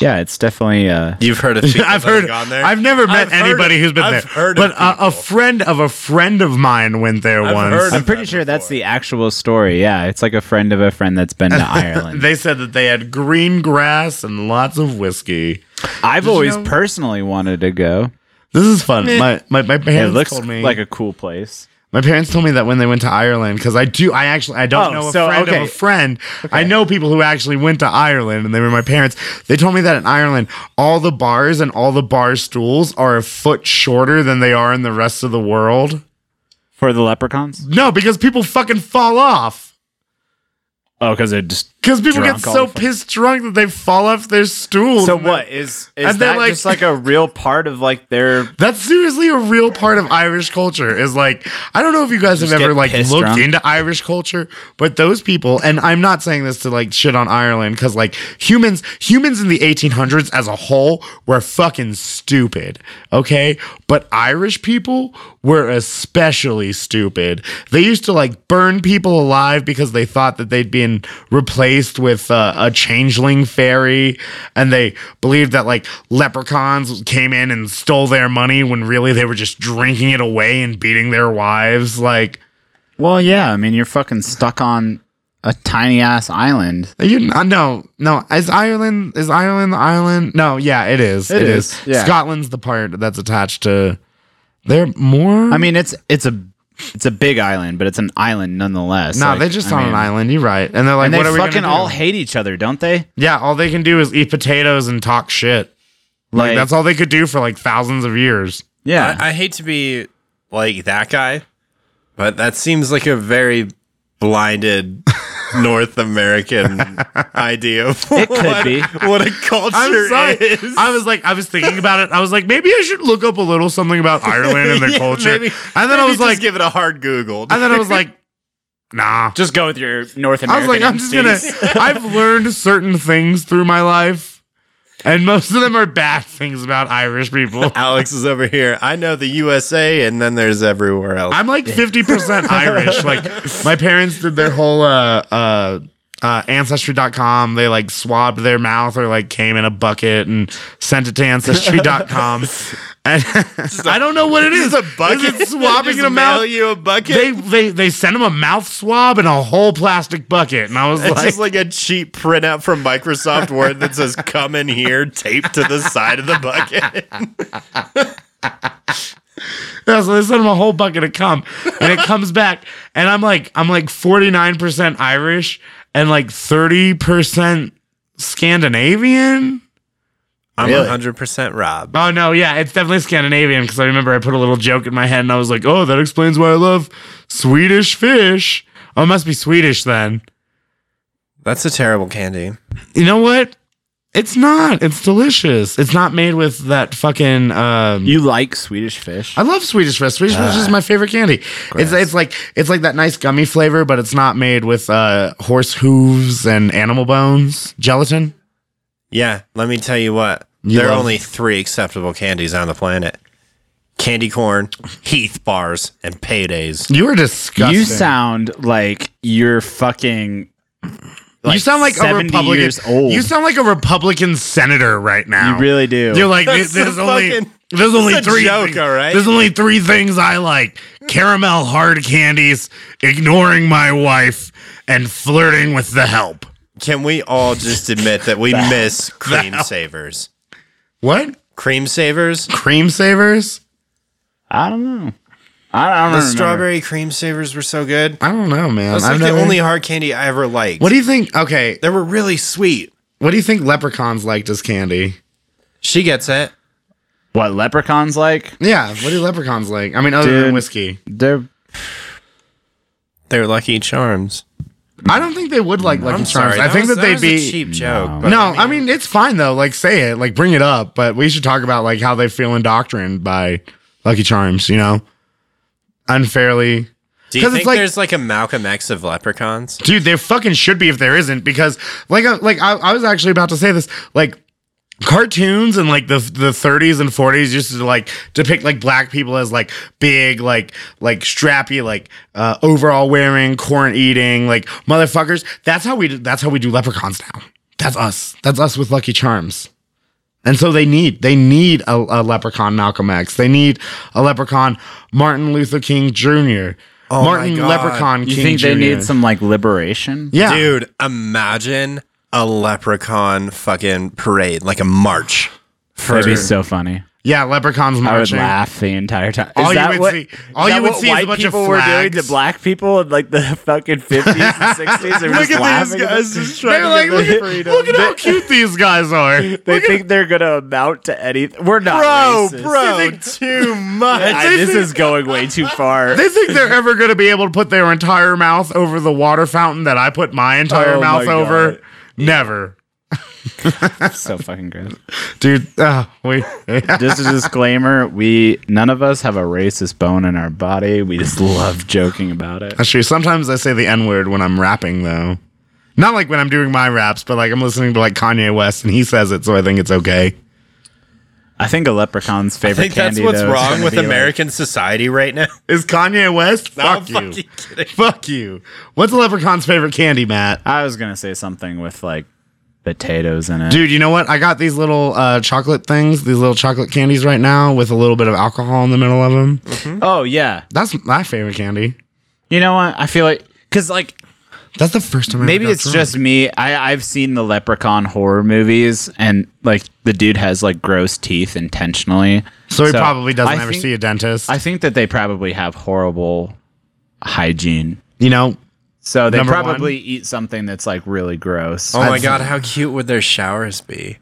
Speaker 4: yeah, it's definitely. Uh,
Speaker 3: <laughs> You've heard of? people
Speaker 1: I've
Speaker 3: that have
Speaker 1: heard.
Speaker 3: gone there.
Speaker 1: I've never met
Speaker 3: I've heard
Speaker 1: anybody
Speaker 3: of-
Speaker 1: who's been
Speaker 3: I've
Speaker 1: there.
Speaker 3: heard
Speaker 1: but uh,
Speaker 3: of
Speaker 1: a, a
Speaker 3: people.
Speaker 1: friend of a friend of mine went there once.
Speaker 3: heard
Speaker 4: I'm
Speaker 3: of-
Speaker 4: pretty sure that's the actual story. Yeah, it's like a friend of a friend that's been
Speaker 1: <laughs>
Speaker 4: to Ireland.
Speaker 1: they said that they had green grass and lots of whiskey.
Speaker 4: I've always
Speaker 1: know-
Speaker 4: personally wanted to go.
Speaker 1: This is fun. My my my
Speaker 4: It
Speaker 1: parents
Speaker 4: looks
Speaker 1: told me
Speaker 4: like a cool place.
Speaker 1: My parents told me that when they went to Ireland, because I do, I actually, I don't
Speaker 4: Oh,
Speaker 1: know a
Speaker 4: so,
Speaker 1: friend
Speaker 4: okay.
Speaker 1: of a friend. I know people who actually went to Ireland, and they were my parents. They told me that in Ireland, all the bars and all the bar stools are a foot shorter than they are in the rest of the world.
Speaker 4: For the leprechauns?
Speaker 1: No, because people fucking fall off.
Speaker 4: Oh, because they're just.
Speaker 1: Because people
Speaker 4: Drunk
Speaker 1: get
Speaker 4: all
Speaker 1: so
Speaker 4: the fuck-
Speaker 1: pissed drunk that they fall off their stools.
Speaker 4: So
Speaker 1: And they're-
Speaker 4: what is is
Speaker 1: And they're
Speaker 4: that
Speaker 1: like-
Speaker 4: just like a real part of like their?
Speaker 1: That's seriously a real part of Irish culture. Is like I don't know if you guys have
Speaker 4: get
Speaker 1: ever like
Speaker 4: pissed
Speaker 1: looked
Speaker 4: drunk.
Speaker 1: into Irish culture, but those people, and I'm not saying this to like shit on Ireland because like humans, humans in the 1800s as a whole were fucking stupid, okay? But Irish people were especially stupid. They used to like burn people alive because they thought that they'd been replaced with uh, a changeling fairy, and they believed that like leprechauns came in and stole their money when really they were just drinking it away and beating their wives. Like,
Speaker 4: Well, yeah. I mean, you're fucking stuck on a tiny ass island.
Speaker 1: you uh, no no is Ireland is Ireland the island? No, yeah, it is.
Speaker 4: It
Speaker 1: it
Speaker 4: is,
Speaker 1: is.
Speaker 4: yeah.
Speaker 1: Scotland's the part that's attached to. They're more.
Speaker 4: I mean, it's it's a it's a big island, but it's an island nonetheless.
Speaker 1: no,
Speaker 4: Like,
Speaker 1: they're just
Speaker 4: I
Speaker 1: on
Speaker 4: mean-
Speaker 1: an island. You're right, and they're like,
Speaker 4: And
Speaker 1: what
Speaker 4: they
Speaker 1: are we
Speaker 4: fucking
Speaker 1: gonna do?
Speaker 4: all hate each other, don't they?
Speaker 1: Yeah, all they can do is eat potatoes and talk shit.
Speaker 4: Like,
Speaker 1: That's all they could do for like thousands of years.
Speaker 4: Yeah.
Speaker 3: I, I hate to be like that guy, but that seems like a very
Speaker 1: <laughs>
Speaker 3: blinded North American idea. Of
Speaker 4: could
Speaker 3: it what,
Speaker 4: be.
Speaker 3: what a culture
Speaker 1: I'm sorry.
Speaker 3: is.
Speaker 1: I was like, I was thinking about it. I was like, maybe I should look up a little something about Ireland
Speaker 4: <laughs>
Speaker 1: and their
Speaker 3: <laughs> Yeah,
Speaker 1: culture.
Speaker 3: maybe-
Speaker 1: and then I
Speaker 3: maybe
Speaker 1: was
Speaker 3: just
Speaker 1: like,
Speaker 3: give it a hard Google.
Speaker 1: and then I was like, <laughs> nah.
Speaker 4: just go with your North
Speaker 1: I was like, I'm just gonna. <laughs> I've learned certain things through my life, and most of them are bad things about Irish <laughs> people.
Speaker 3: Alex is over here. I know the USA, and then there's everywhere else.
Speaker 1: I'm like 50% Irish. <laughs> Like my parents did their whole uh uh uh, ancestry.com they like <laughs> swabbed their mouth or like came in a bucket and sent it to ancestry.com I don't know what it is.
Speaker 3: It's a bucket.
Speaker 1: Is it swabbing
Speaker 3: Just
Speaker 1: them out?
Speaker 3: mail you a bucket.
Speaker 1: They they they sent him a mouth swab and a whole plastic bucket, and I was
Speaker 3: It's
Speaker 1: like,
Speaker 3: just like a cheap printout from Microsoft Word that says "Come in here," taped to the side of the bucket.
Speaker 1: Yeah, so they sent him a whole bucket of cum, and it comes back, and I'm like, I'm like 49% Irish and like 30% Scandinavian.
Speaker 3: I'm
Speaker 1: Really?
Speaker 3: 100 percent Rob.
Speaker 1: Oh no, yeah, it's definitely Scandinavian because I remember I put a little joke in my head, and I was like, oh, that explains why I love Swedish fish. Oh, it must be Swedish then.
Speaker 3: That's a terrible candy.
Speaker 1: You know what? It's not. It's delicious. It's not made with that fucking. Um,
Speaker 4: You like Swedish fish?
Speaker 1: I love Swedish fish. Swedish fish
Speaker 4: Ah,
Speaker 1: is my favorite candy. It's it's like it's like that nice gummy flavor, but it's not made with uh, horse hooves and animal bones gelatin.
Speaker 3: Yeah, let me tell you what.
Speaker 1: You
Speaker 3: there are
Speaker 1: love-
Speaker 3: only three acceptable candies on the planet: candy corn, Heath bars, and paydays.
Speaker 1: You are disgusting.
Speaker 4: You sound like you're fucking.
Speaker 1: you sound like a
Speaker 4: 70
Speaker 1: Republican.
Speaker 4: Years old.
Speaker 1: You sound like a Republican senator right now.
Speaker 4: You really do.
Speaker 1: You're like
Speaker 3: That's
Speaker 1: there's
Speaker 3: the
Speaker 1: only
Speaker 3: fucking-
Speaker 1: there's only
Speaker 3: a
Speaker 1: three
Speaker 3: joke,
Speaker 1: things-
Speaker 3: all right?
Speaker 1: There's only three things I like: caramel hard candies, ignoring my wife, and flirting with the help.
Speaker 3: Can we all just admit <laughs> that we miss cream savers?
Speaker 1: What
Speaker 3: Cream savers.
Speaker 1: cream savers?
Speaker 4: I don't know. I don't, I don't
Speaker 3: The
Speaker 4: remember.
Speaker 3: strawberry cream savers were so good.
Speaker 1: I don't know, man.
Speaker 3: That's
Speaker 1: Um, I've
Speaker 3: like the
Speaker 1: never-
Speaker 3: only hard candy I ever liked.
Speaker 1: What do you think? Okay,
Speaker 3: they were really sweet.
Speaker 1: what do you think leprechauns liked as candy?
Speaker 3: She gets it.
Speaker 4: What leprechauns like?
Speaker 1: Yeah, what do leprechauns like? I mean, other than
Speaker 4: Dude.
Speaker 1: whiskey,
Speaker 4: They're
Speaker 3: They're Lucky Charms.
Speaker 1: I don't think they would like Lucky
Speaker 3: I'm
Speaker 1: Charms.
Speaker 3: sorry.
Speaker 1: I think that,
Speaker 3: was-
Speaker 1: they'd
Speaker 3: was
Speaker 1: be
Speaker 3: a cheap joke. but
Speaker 1: No, I mean it's fine though. Like say it, like bring it up, but we should talk about like how they feel indoctrined by Lucky Charms, you know, unfairly.
Speaker 3: do you
Speaker 1: 'cause it's
Speaker 3: think
Speaker 1: like-
Speaker 3: there's like a Malcolm X of leprechauns?
Speaker 1: Dude, there fucking should be if there isn't because like uh, like I, I was actually about to say this like. Cartoons and like the the 30s and 40s used to like depict like black people as like big like like strappy like uh, overall wearing corn eating like motherfuckers. That's how we do, that's how we do leprechauns now. That's us. That's us with Lucky Charms. And so they need they need a, a leprechaun Malcolm X. They need a leprechaun Martin Luther King Jr.
Speaker 3: Oh my
Speaker 1: Martin
Speaker 3: God.
Speaker 1: Leprechaun
Speaker 4: You
Speaker 1: King
Speaker 4: think they
Speaker 1: Jr..
Speaker 4: need some like liberation?
Speaker 1: Yeah.
Speaker 3: Dude, imagine a leprechaun fucking parade, like a march. For,
Speaker 4: That'd be so funny.
Speaker 1: Yeah, leprechauns
Speaker 4: I would
Speaker 1: marching.
Speaker 4: laugh the entire time. Is
Speaker 1: All you
Speaker 4: that
Speaker 1: would
Speaker 4: what,
Speaker 1: see- all
Speaker 4: that
Speaker 1: you would
Speaker 4: what
Speaker 1: see is a
Speaker 4: white
Speaker 1: bunch of
Speaker 4: people were doing to
Speaker 1: flags.
Speaker 4: black people in like the
Speaker 1: <laughs>
Speaker 4: fucking fifties and sixties. They're just laughing. at them.
Speaker 1: <laughs> They're like, look, at- look at how cute these guys are.
Speaker 4: <laughs> They think they're gonna amount to anything. We're not racist.
Speaker 3: bro, too much.
Speaker 4: I- this is going way too
Speaker 1: <laughs>
Speaker 4: far.
Speaker 1: They think they're ever going to be able to put their entire mouth over the water fountain that I put my entire
Speaker 4: Oh
Speaker 1: mouth
Speaker 4: my
Speaker 1: over.
Speaker 4: God.
Speaker 1: Never,
Speaker 4: so fucking gross.
Speaker 1: dude. Uh, we <laughs>
Speaker 4: Just a disclaimer: we none of us have a racist bone in our body. We just love joking about it.
Speaker 1: That's true. Sometimes I say the N word when I'm rapping, though. Not like when I'm doing my raps, but like I'm listening to like Kanye West and he says it, so I think it's okay.
Speaker 4: I think a leprechaun's
Speaker 3: I
Speaker 4: favorite
Speaker 3: think that's
Speaker 4: candy.
Speaker 3: what's
Speaker 4: though, is
Speaker 3: wrong
Speaker 4: gonna
Speaker 3: with
Speaker 4: be, like-
Speaker 3: American society right now.
Speaker 1: Is Kanye West?
Speaker 3: I'm
Speaker 1: Fuck you.
Speaker 3: fucking kidding.
Speaker 1: Fuck you. What's a leprechaun's favorite candy, Matt?
Speaker 4: I was gonna say something with like potatoes in it.
Speaker 1: Dude, you know what? I got these little uh, chocolate things, these little chocolate candies right now with a little bit of alcohol in the middle of them.
Speaker 4: Oh yeah.
Speaker 1: That's my favorite candy.
Speaker 4: You know what? I feel like because like
Speaker 1: That's the first time. I
Speaker 4: maybe
Speaker 1: ever got
Speaker 4: it's
Speaker 1: drunk.
Speaker 4: just me. I I've seen the Leprechaun horror movies, and like the dude has like gross teeth intentionally.
Speaker 1: so he probably doesn't
Speaker 4: I
Speaker 1: ever
Speaker 4: think-
Speaker 1: see a dentist.
Speaker 4: I think that they probably have horrible hygiene.
Speaker 1: you know,
Speaker 4: So they
Speaker 1: Number
Speaker 4: probably
Speaker 1: one.
Speaker 4: eat something that's like really gross.
Speaker 3: Oh my god, how cute would their showers be?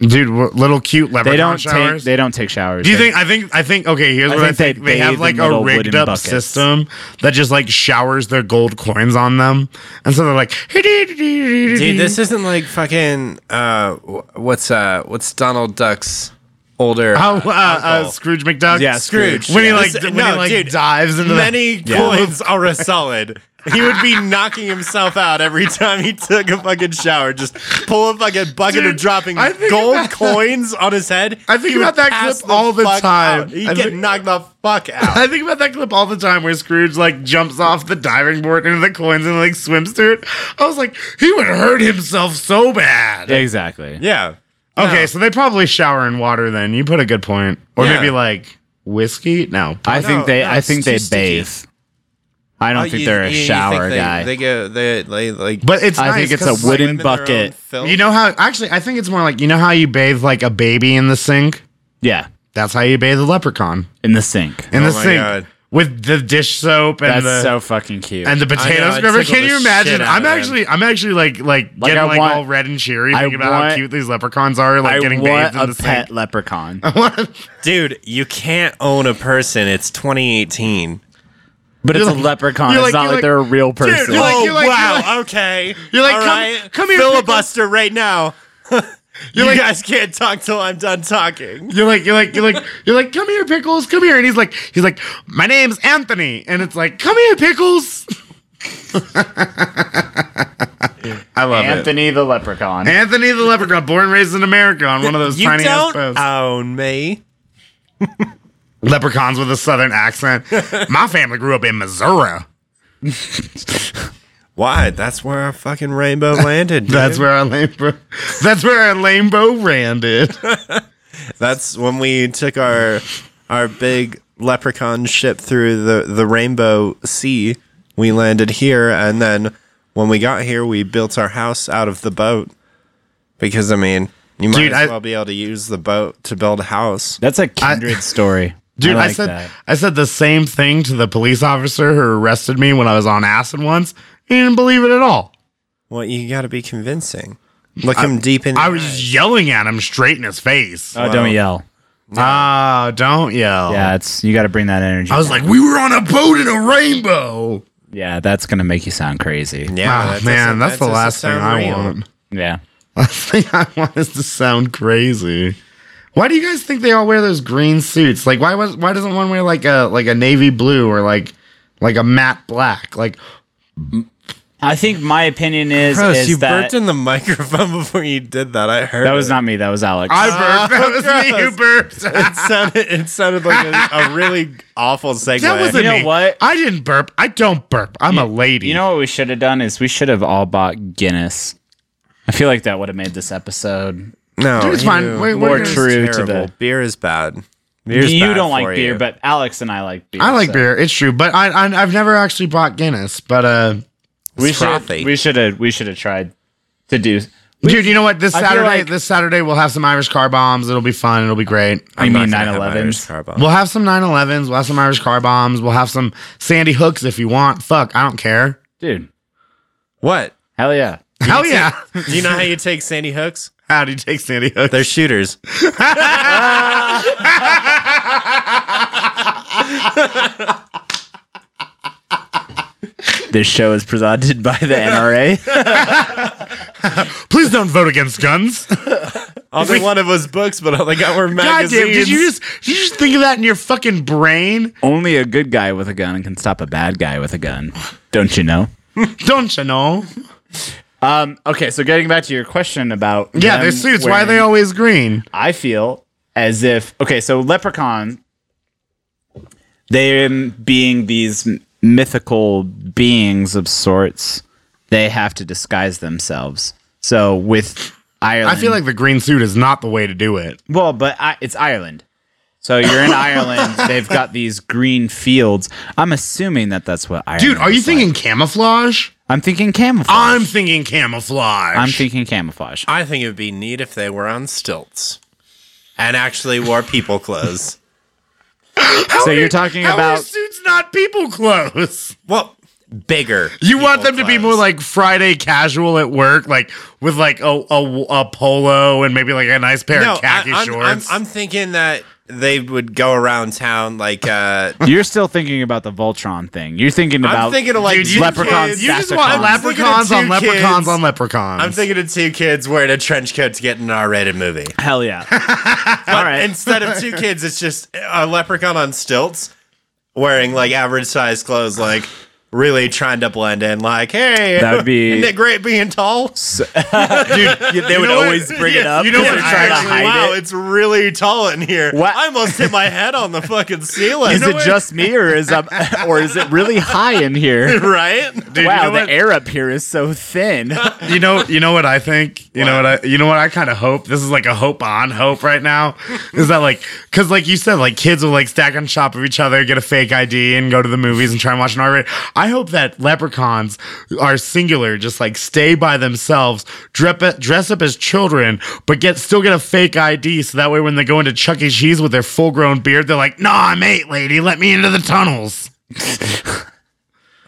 Speaker 1: dude, w- little cute leprechaun
Speaker 4: they don't
Speaker 1: showers.
Speaker 4: take they don't take showers.
Speaker 1: Do you
Speaker 4: They-
Speaker 1: think? I think. I think. Okay, here's
Speaker 4: I
Speaker 1: what
Speaker 4: think
Speaker 1: I
Speaker 4: they
Speaker 1: think. They,
Speaker 4: bathe
Speaker 1: have
Speaker 4: in
Speaker 1: like a
Speaker 4: little
Speaker 1: rigged
Speaker 4: wooden
Speaker 1: up
Speaker 4: buckets.
Speaker 1: system that just like showers their gold coins on them, and so they're like, dude,
Speaker 3: Dude, this isn't like fucking uh wh- what's uh what's Donald Duck's older
Speaker 1: Oh, uh, uh,
Speaker 3: uncle?
Speaker 1: Scrooge McDuck.
Speaker 4: Yeah,
Speaker 3: Scrooge.
Speaker 1: When he
Speaker 3: Yeah.
Speaker 1: like,
Speaker 3: This-
Speaker 1: d- when
Speaker 3: no,
Speaker 1: he like
Speaker 3: dude,
Speaker 1: dives into
Speaker 3: many coins are a solid. He would be knocking himself out every time he took a fucking shower. Just pull a fucking bucket
Speaker 1: Dude,
Speaker 3: of dropping
Speaker 1: I think
Speaker 3: gold
Speaker 1: about- <laughs>
Speaker 3: coins on his head.
Speaker 1: I think
Speaker 3: He would
Speaker 1: about that
Speaker 3: pass
Speaker 1: clip all the
Speaker 3: fuck
Speaker 1: time.
Speaker 3: out. He'd
Speaker 1: I
Speaker 3: get
Speaker 1: think-
Speaker 3: knocked the
Speaker 1: <laughs>
Speaker 3: fuck
Speaker 1: The,
Speaker 3: out.
Speaker 1: I think about that clip all the time where Scrooge like jumps off the diving board into the coins and like swims through it. I was like, he would hurt himself so bad.
Speaker 4: exactly?
Speaker 3: yeah.
Speaker 1: Okay, so they probably shower in water then. You put a good point. Or
Speaker 3: Yeah.
Speaker 1: maybe like whiskey? No.
Speaker 4: I
Speaker 3: No,
Speaker 4: think they.
Speaker 3: no,
Speaker 4: I
Speaker 3: it's
Speaker 4: think
Speaker 3: too
Speaker 4: they
Speaker 3: sticky.
Speaker 4: bathe. I don't
Speaker 3: Oh,
Speaker 4: think
Speaker 3: you-
Speaker 4: they're a
Speaker 3: you- you think
Speaker 4: shower
Speaker 3: they-
Speaker 4: guy.
Speaker 3: They go, they, they like.
Speaker 1: But it's
Speaker 4: I
Speaker 1: nice
Speaker 4: think it's
Speaker 1: 'cause,
Speaker 4: a
Speaker 1: like,
Speaker 4: wooden
Speaker 3: swim in their own
Speaker 4: bucket.
Speaker 3: filth?
Speaker 1: You know how actually I think it's more like you know how you bathe like a baby in the sink?
Speaker 4: yeah,
Speaker 1: That's how you bathe a leprechaun.
Speaker 4: in the sink.
Speaker 1: In
Speaker 3: Oh
Speaker 1: the
Speaker 3: my
Speaker 1: sink.
Speaker 3: God.
Speaker 1: With the dish soap and
Speaker 4: That's
Speaker 1: the
Speaker 4: so fucking cute.
Speaker 1: and the
Speaker 3: I
Speaker 1: potato
Speaker 3: know, it
Speaker 1: scrubber.
Speaker 3: tickled
Speaker 1: Can
Speaker 3: the
Speaker 1: you
Speaker 3: shit
Speaker 1: imagine?
Speaker 3: out
Speaker 1: I'm
Speaker 3: of him.
Speaker 1: actually, I'm actually like, like, getting
Speaker 4: I
Speaker 1: like
Speaker 4: want-
Speaker 1: all red and cheery,
Speaker 4: I
Speaker 1: thinking about how
Speaker 4: want-
Speaker 1: cute these leprechauns are, like
Speaker 4: I
Speaker 1: getting
Speaker 4: want
Speaker 1: bathed in
Speaker 4: a
Speaker 1: the
Speaker 4: pet
Speaker 1: sink. <laughs>
Speaker 4: leprechaun.
Speaker 3: dude, you can't own a person. It's 2018.
Speaker 4: But it's
Speaker 1: You're
Speaker 4: a
Speaker 1: like-
Speaker 4: leprechaun.
Speaker 1: you're like-
Speaker 4: It's not
Speaker 1: you're
Speaker 4: like,
Speaker 1: like-
Speaker 4: they're a real person.
Speaker 1: you're like- you're like- you're like-
Speaker 3: Oh, okay.
Speaker 1: you're like, come- come here,
Speaker 3: filibuster right now. <laughs> you
Speaker 1: like-
Speaker 3: guys can't talk till I'm done talking.
Speaker 1: You're like, you're like, you're like, you're like, come here, pickles, come here, and he's like, he's like, my name's Anthony, and it's like, come here, pickles. I love it.
Speaker 4: Anthony the leprechaun.
Speaker 1: Anthony the leprechaun, born and raised in America, on one of those
Speaker 3: You
Speaker 1: tiny ass
Speaker 3: don't
Speaker 1: boats.
Speaker 4: uh,
Speaker 3: own me.
Speaker 1: Leprechauns with a southern <laughs> accent. my family grew up in Missouri.
Speaker 3: Why? That's where our fucking rainbow landed.
Speaker 1: <laughs>
Speaker 3: dude.
Speaker 1: That's where our lame, bro- that's where our lame bow landed.
Speaker 3: That's when we took our our big leprechaun ship through the the rainbow sea. We landed here, and then when we got here, we built our house out of the boat. Because I mean, you might
Speaker 1: Dude,
Speaker 3: as
Speaker 1: I-
Speaker 3: well be able to use the boat to build a house.
Speaker 4: That's a kindred story.
Speaker 1: <laughs> Dude, I,
Speaker 4: like
Speaker 1: said
Speaker 4: that.
Speaker 1: I said the same thing to the police officer who arrested me when I was on acid once. He didn't believe it at all.
Speaker 3: Well, you got to be convincing. Look him deep in. the
Speaker 1: I was
Speaker 3: eye.
Speaker 1: just yelling at him straight in his face.
Speaker 4: Oh, don't yell.
Speaker 1: Ah, don't yell.
Speaker 4: Yeah, it's you got to bring that energy.
Speaker 1: I was like, we were on a boat in a rainbow.
Speaker 4: yeah, that's gonna make you sound crazy.
Speaker 3: Yeah,
Speaker 1: Ah,
Speaker 3: that doesn't-
Speaker 1: man, that's
Speaker 3: that
Speaker 1: the
Speaker 3: doesn't
Speaker 1: last thing
Speaker 3: sound
Speaker 1: I
Speaker 3: real.
Speaker 1: want. <laughs>
Speaker 4: Yeah,
Speaker 1: Last thing I want is to sound crazy. Why do you guys think they all wear those green suits? Like, why was why doesn't one wear like a like a navy blue or like like a matte black? Like,
Speaker 4: I think my opinion is,
Speaker 3: Gross,
Speaker 4: is
Speaker 3: you
Speaker 4: that
Speaker 3: burped in
Speaker 1: <laughs>
Speaker 3: the microphone before you did that. I heard
Speaker 4: that was
Speaker 3: it.
Speaker 4: not me. That was Alex.
Speaker 1: I burped. <laughs> That was me who burped. <laughs>
Speaker 3: It sounded, it sounded like a, a really awful segue.
Speaker 1: That wasn't
Speaker 4: You know
Speaker 1: me.
Speaker 4: what?
Speaker 1: I didn't burp. I don't burp. I'm a lady.
Speaker 4: you know what we should have done is we should have all bought Guinness. I feel like that would have made this episode.
Speaker 3: no,
Speaker 1: Dude, it's fine.
Speaker 3: ew.
Speaker 1: Wait,
Speaker 4: More
Speaker 1: we're gonna-
Speaker 4: true. to
Speaker 3: terrible.
Speaker 4: the-
Speaker 3: beer is bad. Beer's
Speaker 4: you
Speaker 3: bad
Speaker 4: don't like
Speaker 3: for
Speaker 4: beer,
Speaker 3: you.
Speaker 4: but Alex and I like beer.
Speaker 1: I like
Speaker 4: so
Speaker 1: beer. It's true, but I, I I've never actually bought Guinness. But uh,
Speaker 4: We
Speaker 3: It's
Speaker 4: should
Speaker 3: frothy.
Speaker 4: we should have we should have tried to do.
Speaker 1: dude, you know what? This
Speaker 4: feel
Speaker 1: Saturday,
Speaker 4: like-
Speaker 1: this Saturday we'll have some Irish car bombs. It'll be fun. It'll be great.
Speaker 4: I
Speaker 3: I'm
Speaker 4: mean
Speaker 3: not gonna
Speaker 4: 9/11s.
Speaker 3: have Irish car bomb.
Speaker 1: We'll have some 911s. We'll have some Irish car bombs. We'll have some Sandy Hooks if you want. Fuck, I don't care.
Speaker 4: dude.
Speaker 3: What?
Speaker 4: Hell yeah.
Speaker 1: Hell yeah!
Speaker 4: <laughs>
Speaker 3: Do you know how you take Sandy <laughs> Hooks?
Speaker 1: How do you take Sandy Hooks?
Speaker 3: They're shooters.
Speaker 4: This show is presented by
Speaker 1: <laughs>
Speaker 4: the NRA.
Speaker 1: Please don't vote against
Speaker 4: <laughs>
Speaker 1: guns.
Speaker 3: <laughs> Only one of us books, but all they got were
Speaker 1: Goddamn!
Speaker 3: magazines.
Speaker 1: Did you just did you just think of that in your fucking brain?
Speaker 4: Only a good guy with a gun can stop a bad guy with a gun. Don't you know?
Speaker 1: Don't you know?
Speaker 4: Um, okay, so getting back to your question about
Speaker 1: Yeah,
Speaker 4: them
Speaker 1: their suits. Why are they
Speaker 4: wearing-
Speaker 1: always green?
Speaker 4: I feel as if okay, so leprechaun, they being these m- mythical beings of sorts, they have to disguise themselves. So with Ireland,
Speaker 1: I feel like the green suit is not the way to do it.
Speaker 4: well, but I, it's Ireland.
Speaker 1: <laughs>
Speaker 4: So you're in Ireland. They've got these green fields. I'm assuming that that's what Ireland.
Speaker 1: Dude, are you
Speaker 4: is like.
Speaker 1: thinking camouflage?
Speaker 4: I'm thinking camouflage.
Speaker 1: I'm thinking camouflage.
Speaker 4: I'm thinking camouflage.
Speaker 3: I think it would be neat if they were on stilts and actually wore people clothes.
Speaker 4: So you're talking
Speaker 1: How are
Speaker 4: about
Speaker 1: suits not people clothes?
Speaker 3: <laughs> Well, bigger.
Speaker 1: You want them
Speaker 3: people
Speaker 1: to be more
Speaker 3: clothes.
Speaker 1: like Friday casual at work, like with like a, a, a polo and maybe like a nice pair
Speaker 3: no,
Speaker 1: of khaki
Speaker 3: I, am
Speaker 1: shorts.
Speaker 3: I'm, I'm thinking that they would go around town like uh,
Speaker 4: you're still thinking about the Voltron thing. You're thinking about
Speaker 3: I'm thinking of like
Speaker 1: Dude,
Speaker 3: two
Speaker 1: you-
Speaker 4: leprechauns,
Speaker 3: kids-
Speaker 1: you just
Speaker 4: sassacons.
Speaker 1: want
Speaker 4: I'm
Speaker 3: thinking of
Speaker 1: leprechauns
Speaker 3: two
Speaker 1: on leprechauns
Speaker 3: kids.
Speaker 1: on leprechauns.
Speaker 3: I'm thinking of two kids wearing a trench coat to get in an R-rated movie.
Speaker 4: Hell
Speaker 3: <laughs>
Speaker 4: yeah. All right.
Speaker 3: Instead
Speaker 4: <laughs>
Speaker 3: of two kids, it's just a leprechaun on stilts wearing like average size clothes, like really trying to blend in. Like, hey,
Speaker 4: That would be-
Speaker 3: isn't it great being tall?
Speaker 4: Dude, they would
Speaker 3: know what?
Speaker 4: always bring it
Speaker 3: Yeah,
Speaker 4: up.
Speaker 3: You know
Speaker 4: because
Speaker 3: what?
Speaker 4: they're trying to
Speaker 3: Actually,
Speaker 4: hide
Speaker 3: wow,
Speaker 4: it.
Speaker 3: it's really tall in here.
Speaker 4: What?
Speaker 3: I almost hit my head on the fucking ceiling.
Speaker 4: Is it just me, or is up, or is it really high in here?
Speaker 3: <laughs> right? Dude,
Speaker 4: wow,
Speaker 1: know
Speaker 4: the
Speaker 1: what?
Speaker 4: air up here is so
Speaker 3: <laughs>
Speaker 4: thin.
Speaker 1: you know, you know what I think. You know what I, you know what I kind of hope. This is like a hope on hope right <laughs> now. Is that like, because like you said, like kids will like stack on top of each other, get a fake ID, and go to the movies and try and watch an R rated. I hope that leprechauns are singular, just like stay by themselves, drep- dress up as children, but get still get a fake ID, so that way when they go into Chuck E. Cheese with their full grown beard, they're like, "Nah, I'm eight, lady. Let me into the tunnels."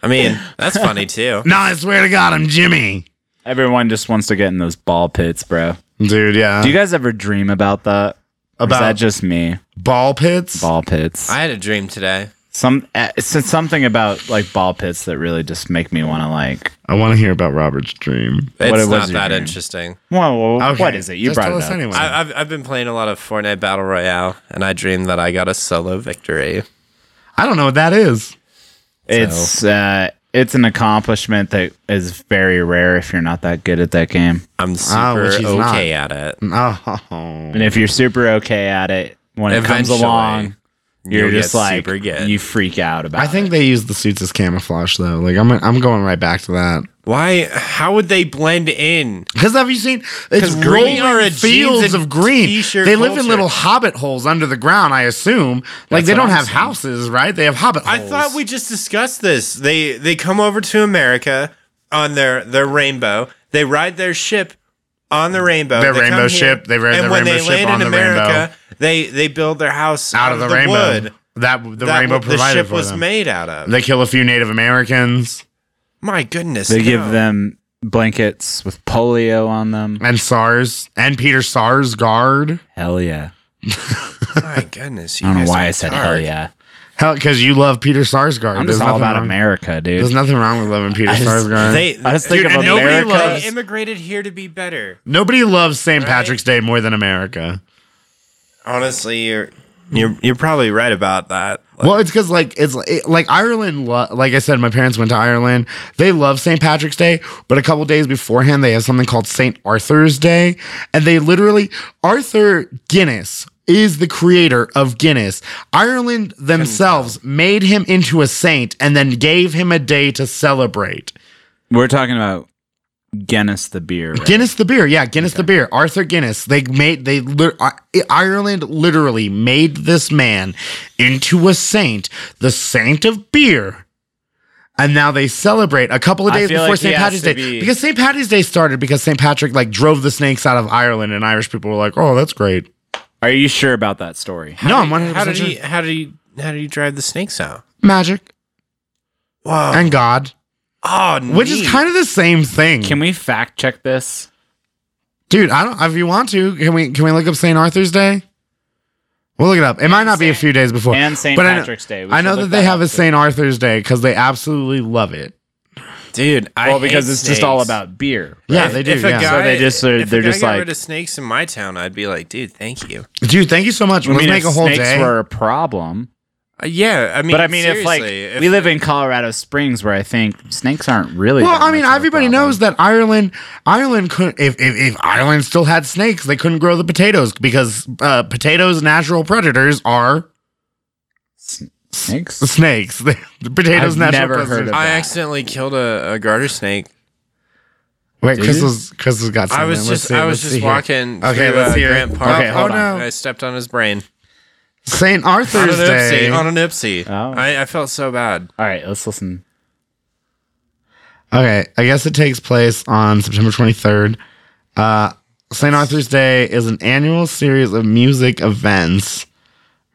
Speaker 3: I mean, that's funny too.
Speaker 1: Nah, I swear to God, I'm Jimmy.
Speaker 4: Everyone just wants to get in those ball pits, bro.
Speaker 1: Dude, yeah.
Speaker 4: Do you guys ever dream about that? Or is
Speaker 1: About-
Speaker 4: that just me?
Speaker 1: ball pits?
Speaker 4: Ball pits.
Speaker 3: I had a dream today.
Speaker 4: Some uh, it's something about like ball pits that really just make me want to like.
Speaker 1: I want to hear about Robert's dream.
Speaker 3: It's
Speaker 4: was
Speaker 3: not
Speaker 4: your
Speaker 3: that
Speaker 4: dream?
Speaker 3: interesting.
Speaker 4: Whoa, whoa,
Speaker 1: Okay,
Speaker 4: what is it? You
Speaker 1: just
Speaker 4: brought
Speaker 1: tell
Speaker 4: it
Speaker 1: us
Speaker 4: up.
Speaker 1: anyway.
Speaker 3: I, I've I've been playing a lot of Fortnite Battle Royale, and I dreamed that I got a solo victory.
Speaker 1: I don't know what that is.
Speaker 4: It's uh, it's an accomplishment that is very rare if you're not that good at that game.
Speaker 3: I'm
Speaker 1: Ah,
Speaker 3: super
Speaker 1: which
Speaker 3: okay
Speaker 1: he's not.
Speaker 3: at it.
Speaker 1: Oh,
Speaker 4: And if you're super okay at it, when it
Speaker 3: Eventually,
Speaker 4: comes along, you're
Speaker 3: You'll
Speaker 4: just
Speaker 3: get
Speaker 4: like
Speaker 3: super good.
Speaker 4: you freak out about.
Speaker 1: I think they use the suits as camouflage though. Like I'm, I'm going right back to that.
Speaker 3: Why? How would they blend in?
Speaker 1: Because have you seen? It's
Speaker 3: 'Cause green
Speaker 1: rolling
Speaker 3: are a jeans
Speaker 1: fields
Speaker 3: and
Speaker 1: of green.
Speaker 3: t-shirt
Speaker 1: They live in
Speaker 3: culture.
Speaker 1: little hobbit holes under the ground. I assume. Like
Speaker 4: That's
Speaker 1: they
Speaker 4: what
Speaker 1: don't
Speaker 4: I'm
Speaker 1: have
Speaker 4: saying.
Speaker 1: houses, right? They have hobbit
Speaker 3: I
Speaker 1: holes.
Speaker 3: thought we just discussed this. They they come over to America on their their rainbow. They ride their ship on the rainbow.
Speaker 1: Their
Speaker 3: They come
Speaker 1: rainbow ship. They ride
Speaker 3: and
Speaker 1: their
Speaker 3: when
Speaker 1: rainbow
Speaker 3: they
Speaker 1: ship
Speaker 3: land
Speaker 1: on
Speaker 3: in
Speaker 1: the rainbow.
Speaker 3: America, They they build their house
Speaker 1: out of the, rainbow.
Speaker 3: wood
Speaker 1: That the
Speaker 3: that
Speaker 1: rainbow
Speaker 3: the
Speaker 1: provided
Speaker 3: ship
Speaker 1: for
Speaker 3: was
Speaker 1: them.
Speaker 3: made out of.
Speaker 1: They kill a few Native Americans
Speaker 3: My goodness,
Speaker 4: they give
Speaker 3: no.
Speaker 4: them blankets with polio on them.
Speaker 1: and SARS and Peter Sarsgaard.
Speaker 4: Hell yeah!
Speaker 3: My goodness, you
Speaker 4: I don't
Speaker 3: guys
Speaker 4: know why
Speaker 3: are
Speaker 4: I said hell
Speaker 3: retarded.
Speaker 4: yeah.
Speaker 1: Hell, because you love Peter Sarsgaard.
Speaker 4: I'm just
Speaker 1: There's
Speaker 4: all
Speaker 1: nothing
Speaker 4: about
Speaker 1: wrong-
Speaker 4: America,
Speaker 1: There's
Speaker 4: dude.
Speaker 1: nothing wrong with loving Peter
Speaker 4: just-
Speaker 1: Sarsgaard.
Speaker 3: They,
Speaker 4: I just think
Speaker 3: dude,
Speaker 4: of
Speaker 3: and nobody
Speaker 4: America
Speaker 3: loves-
Speaker 4: as-
Speaker 3: They immigrated here to be better.
Speaker 1: Nobody loves St.
Speaker 3: Right.
Speaker 1: Patrick's Day more than America.
Speaker 3: Honestly, you're you're you're probably right about that. Like,
Speaker 1: Well, it's because like it's it, like Ireland. Lo- like I said, my parents went to Ireland. They love St. Patrick's Day, but a couple days beforehand, they have something called St. Arthur's Day, and they literally Arthur Guinness is the creator of Guinness. Ireland themselves made him into a saint and then gave him a day to celebrate.
Speaker 4: We're talking about Guinness the beer. right?
Speaker 1: Guinness the beer, yeah, Guinness the beer. Arthur Guinness. They made they lit- I- Ireland literally made this man into a saint, the saint of beer. And now they celebrate a couple of
Speaker 4: I
Speaker 1: days
Speaker 4: feel
Speaker 1: before
Speaker 4: like he
Speaker 1: St.
Speaker 4: has
Speaker 1: Patrick's
Speaker 4: to
Speaker 1: Day
Speaker 4: be-
Speaker 1: because St. Patrick's Day started because St. Patrick like drove the snakes out of Ireland and Irish people were like, "Oh, that's great."
Speaker 4: Are you sure about that story?
Speaker 1: no, I'm 100
Speaker 3: how did
Speaker 1: percent
Speaker 3: he? How did he? How did he drive the snakes out?
Speaker 1: magic
Speaker 3: Wow.
Speaker 1: and God,
Speaker 3: oh,
Speaker 1: which is kind of the same thing.
Speaker 4: Can we fact check this?
Speaker 1: Dude, I don't. If you want to, can we can we look up St. Arthur's Day? We'll look it up. It might not be a few days before.
Speaker 4: And St.
Speaker 1: But I know-
Speaker 4: Patrick's Day. We
Speaker 1: I
Speaker 4: should
Speaker 1: know
Speaker 4: look
Speaker 1: that they have
Speaker 4: up
Speaker 1: a
Speaker 4: too.
Speaker 1: St. Arthur's Day because they absolutely love it.
Speaker 3: of dude. I
Speaker 4: Well, because
Speaker 3: hate
Speaker 4: it's just all
Speaker 3: snakes.
Speaker 4: about beer.
Speaker 1: Yeah, they do.
Speaker 3: If a
Speaker 1: yeah.
Speaker 3: guy,
Speaker 4: So they just are-
Speaker 3: if
Speaker 4: they're
Speaker 3: a guy
Speaker 4: just
Speaker 3: got
Speaker 4: like-
Speaker 3: rid of snakes in my town, I'd be like, dude, thank you.
Speaker 1: Dude, thank you so much. Let's
Speaker 4: I mean,
Speaker 1: make
Speaker 4: if
Speaker 1: a whole
Speaker 4: snakes
Speaker 1: day.
Speaker 4: were a problem,
Speaker 3: Uh, yeah, I mean,
Speaker 4: but I mean, if like
Speaker 3: seriously,
Speaker 4: we live in Colorado Springs, where I think snakes aren't really.
Speaker 1: well,
Speaker 4: that
Speaker 1: I mean,
Speaker 4: much of a
Speaker 1: everybody
Speaker 4: problem.
Speaker 1: knows that Ireland, Ireland couldn't. If, if if Ireland still had snakes, they couldn't grow the potatoes because uh, potatoes' natural predators are
Speaker 4: snakes.
Speaker 1: snakes. <laughs> the potatoes'
Speaker 4: I've
Speaker 1: natural
Speaker 4: never heard
Speaker 1: predators.
Speaker 4: of-
Speaker 3: I accidentally killed a, a garter snake.
Speaker 1: Wait,
Speaker 4: you?
Speaker 1: Chris was Chris has got. Something.
Speaker 3: I was
Speaker 1: Let's
Speaker 3: just
Speaker 1: see,
Speaker 3: I
Speaker 1: let's
Speaker 3: was just
Speaker 1: see here.
Speaker 3: walking.
Speaker 1: Okay,
Speaker 3: through,
Speaker 1: let's
Speaker 3: uh,
Speaker 1: hear it.
Speaker 3: Grant Park.
Speaker 1: Okay, hold
Speaker 3: oh,
Speaker 1: on.
Speaker 3: no. I stepped on his brain.
Speaker 1: St.
Speaker 3: On
Speaker 1: Arthur's
Speaker 3: an
Speaker 1: Day.
Speaker 3: Ipsy. On an Ipsy.
Speaker 4: Oh.
Speaker 3: I, I felt so bad.
Speaker 4: All right, let's listen.
Speaker 1: Okay, I guess it takes place on September 23rd. Uh, St. Arthur's Day is an annual series of music events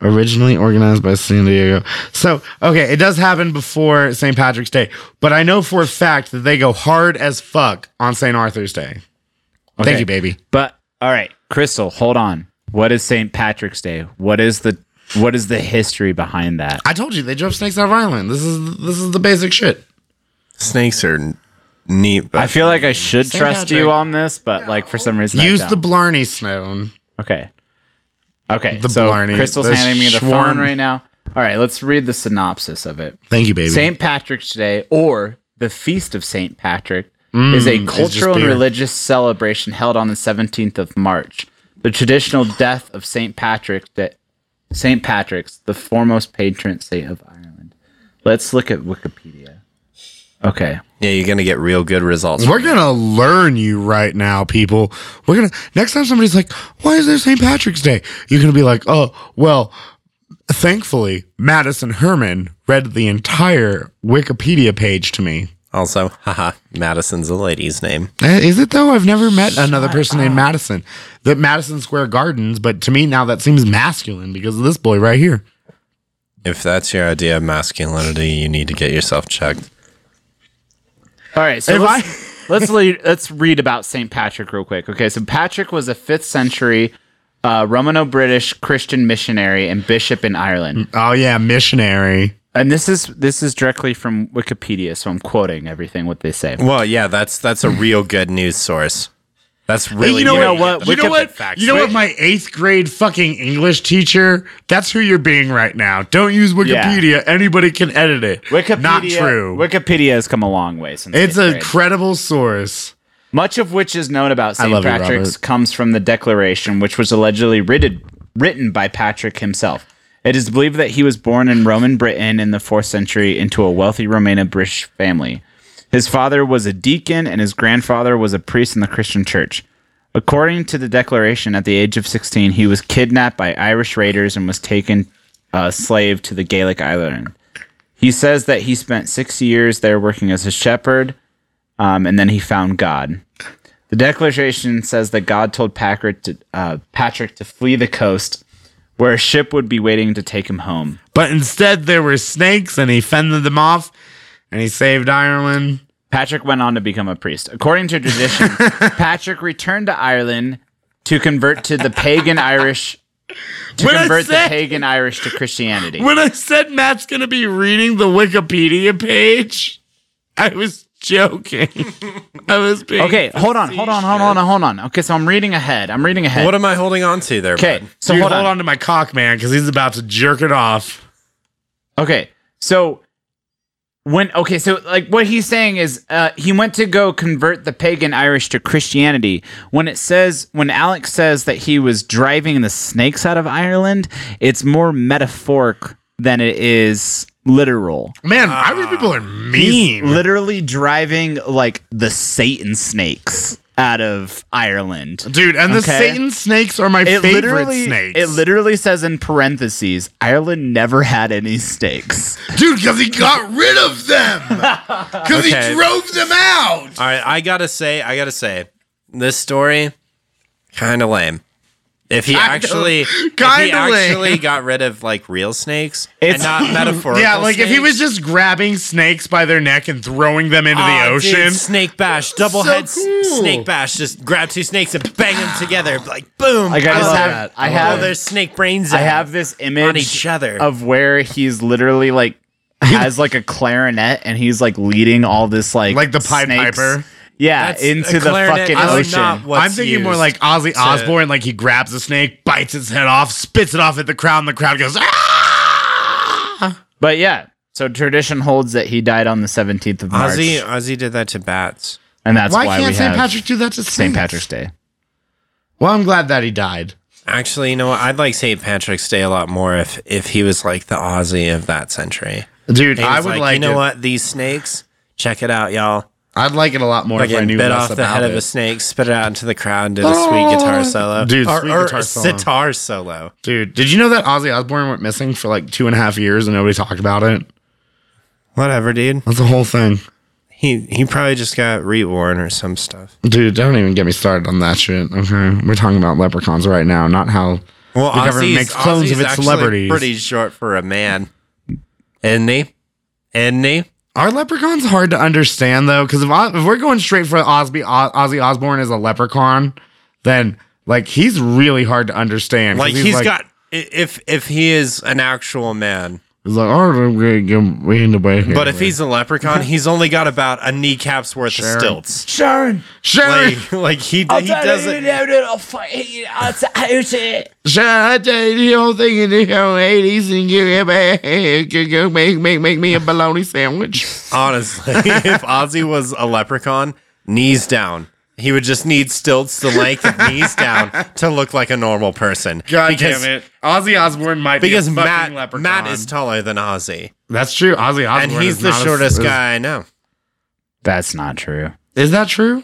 Speaker 1: originally organized by San Diego. So, okay, it does happen before St. Patrick's Day, but I know for a fact that they go hard as fuck on St. Arthur's Day.
Speaker 4: Okay.
Speaker 1: Thank you, baby.
Speaker 4: But all right, Crystal, hold on. What is St. Patrick's Day? What is the what is the history behind that?
Speaker 1: I told you they drove snakes out of Ireland. This is this is the basic shit.
Speaker 3: Snakes are n- neat, but
Speaker 4: I feel like I should trust
Speaker 1: Patrick.
Speaker 4: you on this, but like for some reason,
Speaker 1: Use
Speaker 4: I
Speaker 1: the
Speaker 4: don't.
Speaker 1: Blarney Stone.
Speaker 4: okay, okay.
Speaker 1: the
Speaker 4: so
Speaker 1: Blarney,
Speaker 4: Crystal's
Speaker 1: the
Speaker 4: handing me the
Speaker 1: Schwarm-
Speaker 4: phone right now. All right, let's read the synopsis of it.
Speaker 1: Thank you, baby.
Speaker 4: St. Patrick's Day, or the Feast of St. Patrick, is a
Speaker 1: Mm, it's just
Speaker 4: cultural and
Speaker 1: beer.
Speaker 4: religious celebration held on the 17th of March. The traditional death of St. Patrick, that St. Patrick's, the foremost patron saint of Ireland. Let's look at Wikipedia. Okay.
Speaker 3: Yeah, you're gonna get real good results.
Speaker 1: We're gonna learn you right now, people. We're gonna next time somebody's like, "Why is there St. Patrick's Day?" You're gonna be like, "Oh, well, thankfully, Madison Herman read the entire Wikipedia page to me."
Speaker 3: Also, haha, Madison's a lady's name.
Speaker 1: Eh, Is it though? I've never met another person named Madison. The Madison Square Gardens, but to me now that seems masculine because of this boy right here.
Speaker 3: If that's your idea of masculinity, you need to get yourself checked.
Speaker 4: All right, so
Speaker 1: If
Speaker 4: let's, let's lead, let's read about Saint Patrick real quick. Okay, so Patrick was a fifth century uh, Romano-British Christian missionary and bishop in Ireland,
Speaker 1: Oh yeah, missionary.
Speaker 4: and this is this is directly from Wikipedia, so I'm quoting everything what they say.
Speaker 3: Well, yeah, that's that's a real good news source. That's really
Speaker 1: you
Speaker 3: good.
Speaker 1: know what? You know what?
Speaker 3: Facts.
Speaker 1: You know what? My eighth grade fucking English teacher. That's who you're being right now. Don't use Wikipedia. Anybody can edit it.
Speaker 4: Wikipedia,
Speaker 1: Not true.
Speaker 4: Wikipedia has come a long way since
Speaker 1: it's
Speaker 4: eighth
Speaker 1: a
Speaker 4: grade.
Speaker 1: credible source.
Speaker 4: much of which is known about St.
Speaker 1: love you,
Speaker 4: Patrick's
Speaker 1: Robert.
Speaker 4: comes from the declaration, which was allegedly written written by Patrick himself. It is believed that he was born in Roman Britain in the fourth century into a wealthy Romano-British family. His father was a deacon, and his grandfather was a priest in the Christian Church. According to the declaration, at the age of 16, he was kidnapped by Irish raiders and was taken uh, slave to the Gaelic island. He says that he spent six years there working as a shepherd, um, and then he found God. The declaration says that God told Patrick to, uh, Patrick to flee the coast, where a ship would be waiting to take him home.
Speaker 1: But instead, there were snakes, and he fended them off, and he saved Ireland.
Speaker 4: Patrick went on to become a priest. According to tradition, Patrick returned to Ireland to convert to the pagan Irish to
Speaker 1: What'd I
Speaker 4: convert the
Speaker 1: say?
Speaker 4: pagan Irish to Christianity.
Speaker 1: When I said Matt's gonna be reading the Wikipedia page, I was joking. I
Speaker 4: <laughs>
Speaker 1: was being
Speaker 4: Okay, hold on, hold on, hold on, hold on. Okay, so I'm reading ahead. I'm reading ahead.
Speaker 3: What am I holding on to there?
Speaker 4: okay,
Speaker 3: bud?
Speaker 4: so
Speaker 1: Dude,
Speaker 4: hold, on.
Speaker 1: to my cock, man, because he's about to jerk it off.
Speaker 4: Okay. So when okay, so like what he's saying is uh he went to go convert the pagan Irish to Christianity. When it says when Alex says that he was driving the snakes out of Ireland, it's more metaphoric than it is literal.
Speaker 1: Man, Irish people are mean.
Speaker 4: He's literally driving like the Satan snakes out of Ireland.
Speaker 1: Dude, and the
Speaker 4: Okay.
Speaker 1: Satan snakes are my
Speaker 4: It
Speaker 1: favorite
Speaker 4: literally,
Speaker 1: snakes.
Speaker 4: it literally says in parentheses, Ireland never had any snakes.
Speaker 1: Dude, because he got rid of them. Because
Speaker 3: Okay.
Speaker 1: he drove them out.
Speaker 3: All right, I gotta say, I gotta say, this story kind of lame. If he
Speaker 1: Kinda-
Speaker 3: actually, if he
Speaker 1: kinda lame.
Speaker 3: actually got rid of like real snakes
Speaker 4: It's-
Speaker 3: and not metaphorical.
Speaker 1: Yeah, like if he
Speaker 3: snakes.
Speaker 1: was just grabbing snakes by their neck and throwing them into
Speaker 3: Aw,
Speaker 1: the
Speaker 3: Ah, dude,
Speaker 1: ocean.
Speaker 3: snake bash, double
Speaker 1: So
Speaker 3: head s-
Speaker 1: cool.
Speaker 3: snake bash. Just grab two snakes and bang them together, like boom.
Speaker 4: Like I just
Speaker 1: love
Speaker 4: have,
Speaker 1: that.
Speaker 4: I
Speaker 1: I
Speaker 3: blow
Speaker 4: have
Speaker 3: their snake brains.
Speaker 4: I
Speaker 3: out
Speaker 4: have this image
Speaker 3: on each other.
Speaker 4: of where he's literally
Speaker 3: <laughs>
Speaker 4: like has like a clarinet and he's like leading all this like
Speaker 1: Like the Pied
Speaker 4: snakes-
Speaker 1: Piper.
Speaker 4: Yeah,
Speaker 3: That's-
Speaker 4: into
Speaker 3: a
Speaker 4: the
Speaker 3: clarinet
Speaker 4: fucking
Speaker 3: is
Speaker 4: ocean.
Speaker 3: not what's
Speaker 1: I'm thinking more
Speaker 3: used.
Speaker 1: like Ozzy Osbourne, like he grabs a snake, bites its head off, spits it off at the crowd, and the crowd goes, ah!
Speaker 4: But yeah, so tradition holds that he died on the 17th of March,
Speaker 3: Ozzy. Ozzy did that to bats.
Speaker 4: and that's why,
Speaker 1: Why
Speaker 4: we
Speaker 1: can't St.
Speaker 4: have
Speaker 1: Patrick do that to
Speaker 4: St.
Speaker 1: snakes?
Speaker 4: Patrick's Day.
Speaker 1: Well, I'm glad that he died.
Speaker 3: Actually, you know what? I'd like St. Patrick's Day a lot more if if he was like the Aussie of that century.
Speaker 1: Dude,
Speaker 3: He
Speaker 1: I
Speaker 3: was
Speaker 1: would like,
Speaker 3: you know
Speaker 1: it.
Speaker 3: what? These snakes. Check it out, y'all.
Speaker 1: I'd like it a lot more if I
Speaker 3: Fucking
Speaker 1: knew
Speaker 3: bit
Speaker 1: less
Speaker 3: off the
Speaker 1: about
Speaker 3: head
Speaker 1: it. Oh,
Speaker 3: of a snake, spit it out into the crowd, and did a sweet guitar solo.
Speaker 1: Dude,
Speaker 3: or,
Speaker 1: sweet
Speaker 3: or
Speaker 1: guitar
Speaker 3: a
Speaker 1: solo.
Speaker 3: sitar solo.
Speaker 1: Dude, did you know that Ozzy Osbourne went missing for like two and a half years and nobody talked about it?
Speaker 3: Whatever, dude.
Speaker 1: That's the whole thing.
Speaker 3: He he probably just got reworn or some stuff.
Speaker 1: Dude, don't even get me started on that shit. Okay. We're talking about leprechauns right now, not how
Speaker 3: Well,
Speaker 1: The government
Speaker 3: Ozzy's-
Speaker 1: makes clones
Speaker 3: Ozzy's
Speaker 1: of its
Speaker 3: actually
Speaker 1: celebrities.
Speaker 3: Pretty short for a man, isn't he? Isn't he?
Speaker 1: are leprechauns hard to understand though? Because if, Oz- if we're going straight for Ozzy, O- Ozzy Osbourne as a leprechaun, then like he's really hard to understand. 'cause
Speaker 3: Like he's got i- if if he is an actual man,
Speaker 1: He's like, all right, I'm gonna get we in the way here.
Speaker 3: But if he's a
Speaker 4: <laughs>
Speaker 3: leprechaun, he's only got about a kneecap's worth
Speaker 1: Sure.
Speaker 3: of stilts.
Speaker 4: Sharon,
Speaker 1: Sherry,
Speaker 3: Like, like he he doesn't.
Speaker 4: I'll fight you. I'll out it.
Speaker 1: Sure, I did the whole thing in the whole 80s and give him a, go- go make, make, make me a bologna sandwich.
Speaker 3: Honestly, <laughs> if Ozzy was a leprechaun, knees down. He would just need stilts the length of knees down to look like a normal person. because,
Speaker 1: it. Ozzy Osbourne might
Speaker 3: Because Matt Matt is taller than Ozzy,
Speaker 1: That's true. Ozzy Osbourne
Speaker 3: and he's
Speaker 1: is
Speaker 3: the
Speaker 1: not a-
Speaker 3: shortest
Speaker 1: is-
Speaker 3: guy I know.
Speaker 4: That's not true.
Speaker 1: Is that true?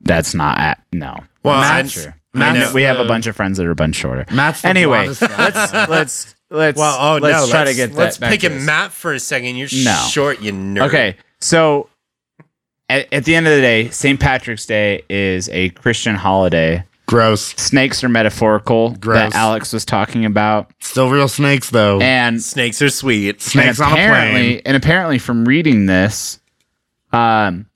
Speaker 4: That's not a- no.
Speaker 3: Well, I,
Speaker 4: Matt's true.
Speaker 3: I know.
Speaker 4: we have a bunch of friends that are a bunch shorter.
Speaker 1: Matt's the
Speaker 4: anyway.
Speaker 1: blondest guy.
Speaker 4: Let's let's let's
Speaker 3: well, oh
Speaker 4: let's
Speaker 3: no,
Speaker 4: try
Speaker 3: let's,
Speaker 4: to get that.
Speaker 3: let's
Speaker 4: back
Speaker 3: pick
Speaker 4: to
Speaker 3: at
Speaker 4: this.
Speaker 3: Matt for a second. You're
Speaker 4: No.
Speaker 3: short, you nerd.
Speaker 4: Okay, so at, at the end of the day, St. Patrick's Day is a Christian holiday.
Speaker 1: Gross.
Speaker 4: Snakes are metaphorical
Speaker 1: Gross.
Speaker 4: that Alex was talking about,
Speaker 1: Still real snakes, though.
Speaker 4: and
Speaker 3: snakes are sweet.
Speaker 1: snakes
Speaker 4: and
Speaker 1: on a
Speaker 4: apparently,
Speaker 1: plane.
Speaker 4: And apparently, from reading this, um,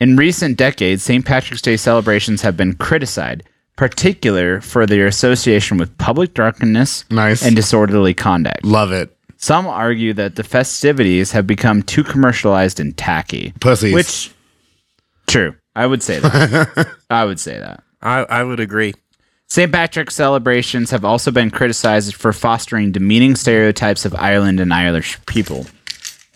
Speaker 4: in recent decades, St. Patrick's Day celebrations have been criticized, particular for their association with public drunkenness
Speaker 1: Nice.
Speaker 4: and disorderly conduct.
Speaker 1: Love it.
Speaker 4: Some argue that the festivities have become too commercialized and tacky.
Speaker 1: Pussies.
Speaker 4: Which, true, I would say that.
Speaker 1: <laughs>
Speaker 4: I would say that.
Speaker 3: I, I would agree.
Speaker 4: St. Patrick's celebrations have also been criticized for fostering demeaning stereotypes of Ireland and Irish people.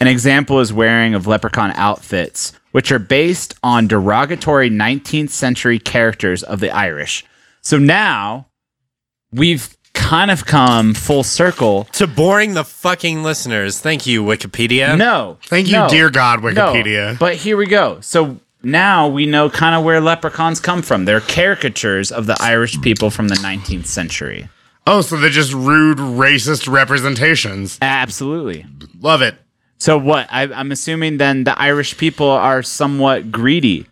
Speaker 4: An example is wearing of leprechaun outfits, which are based on derogatory 19th century characters of the Irish. So now we've kind of come full circle.
Speaker 3: To boring the fucking listeners, thank you, Wikipedia.
Speaker 4: No.
Speaker 1: Thank you,
Speaker 4: no,
Speaker 1: dear God,
Speaker 4: no.
Speaker 1: Wikipedia.
Speaker 4: But here we go. So now we know kind of where leprechauns come from. They're caricatures of the Irish people from the 19th century.
Speaker 1: oh, so they're just rude, racist representations.
Speaker 4: Absolutely.
Speaker 1: Love it.
Speaker 4: So what? I, I'm assuming then the Irish people are somewhat greedy.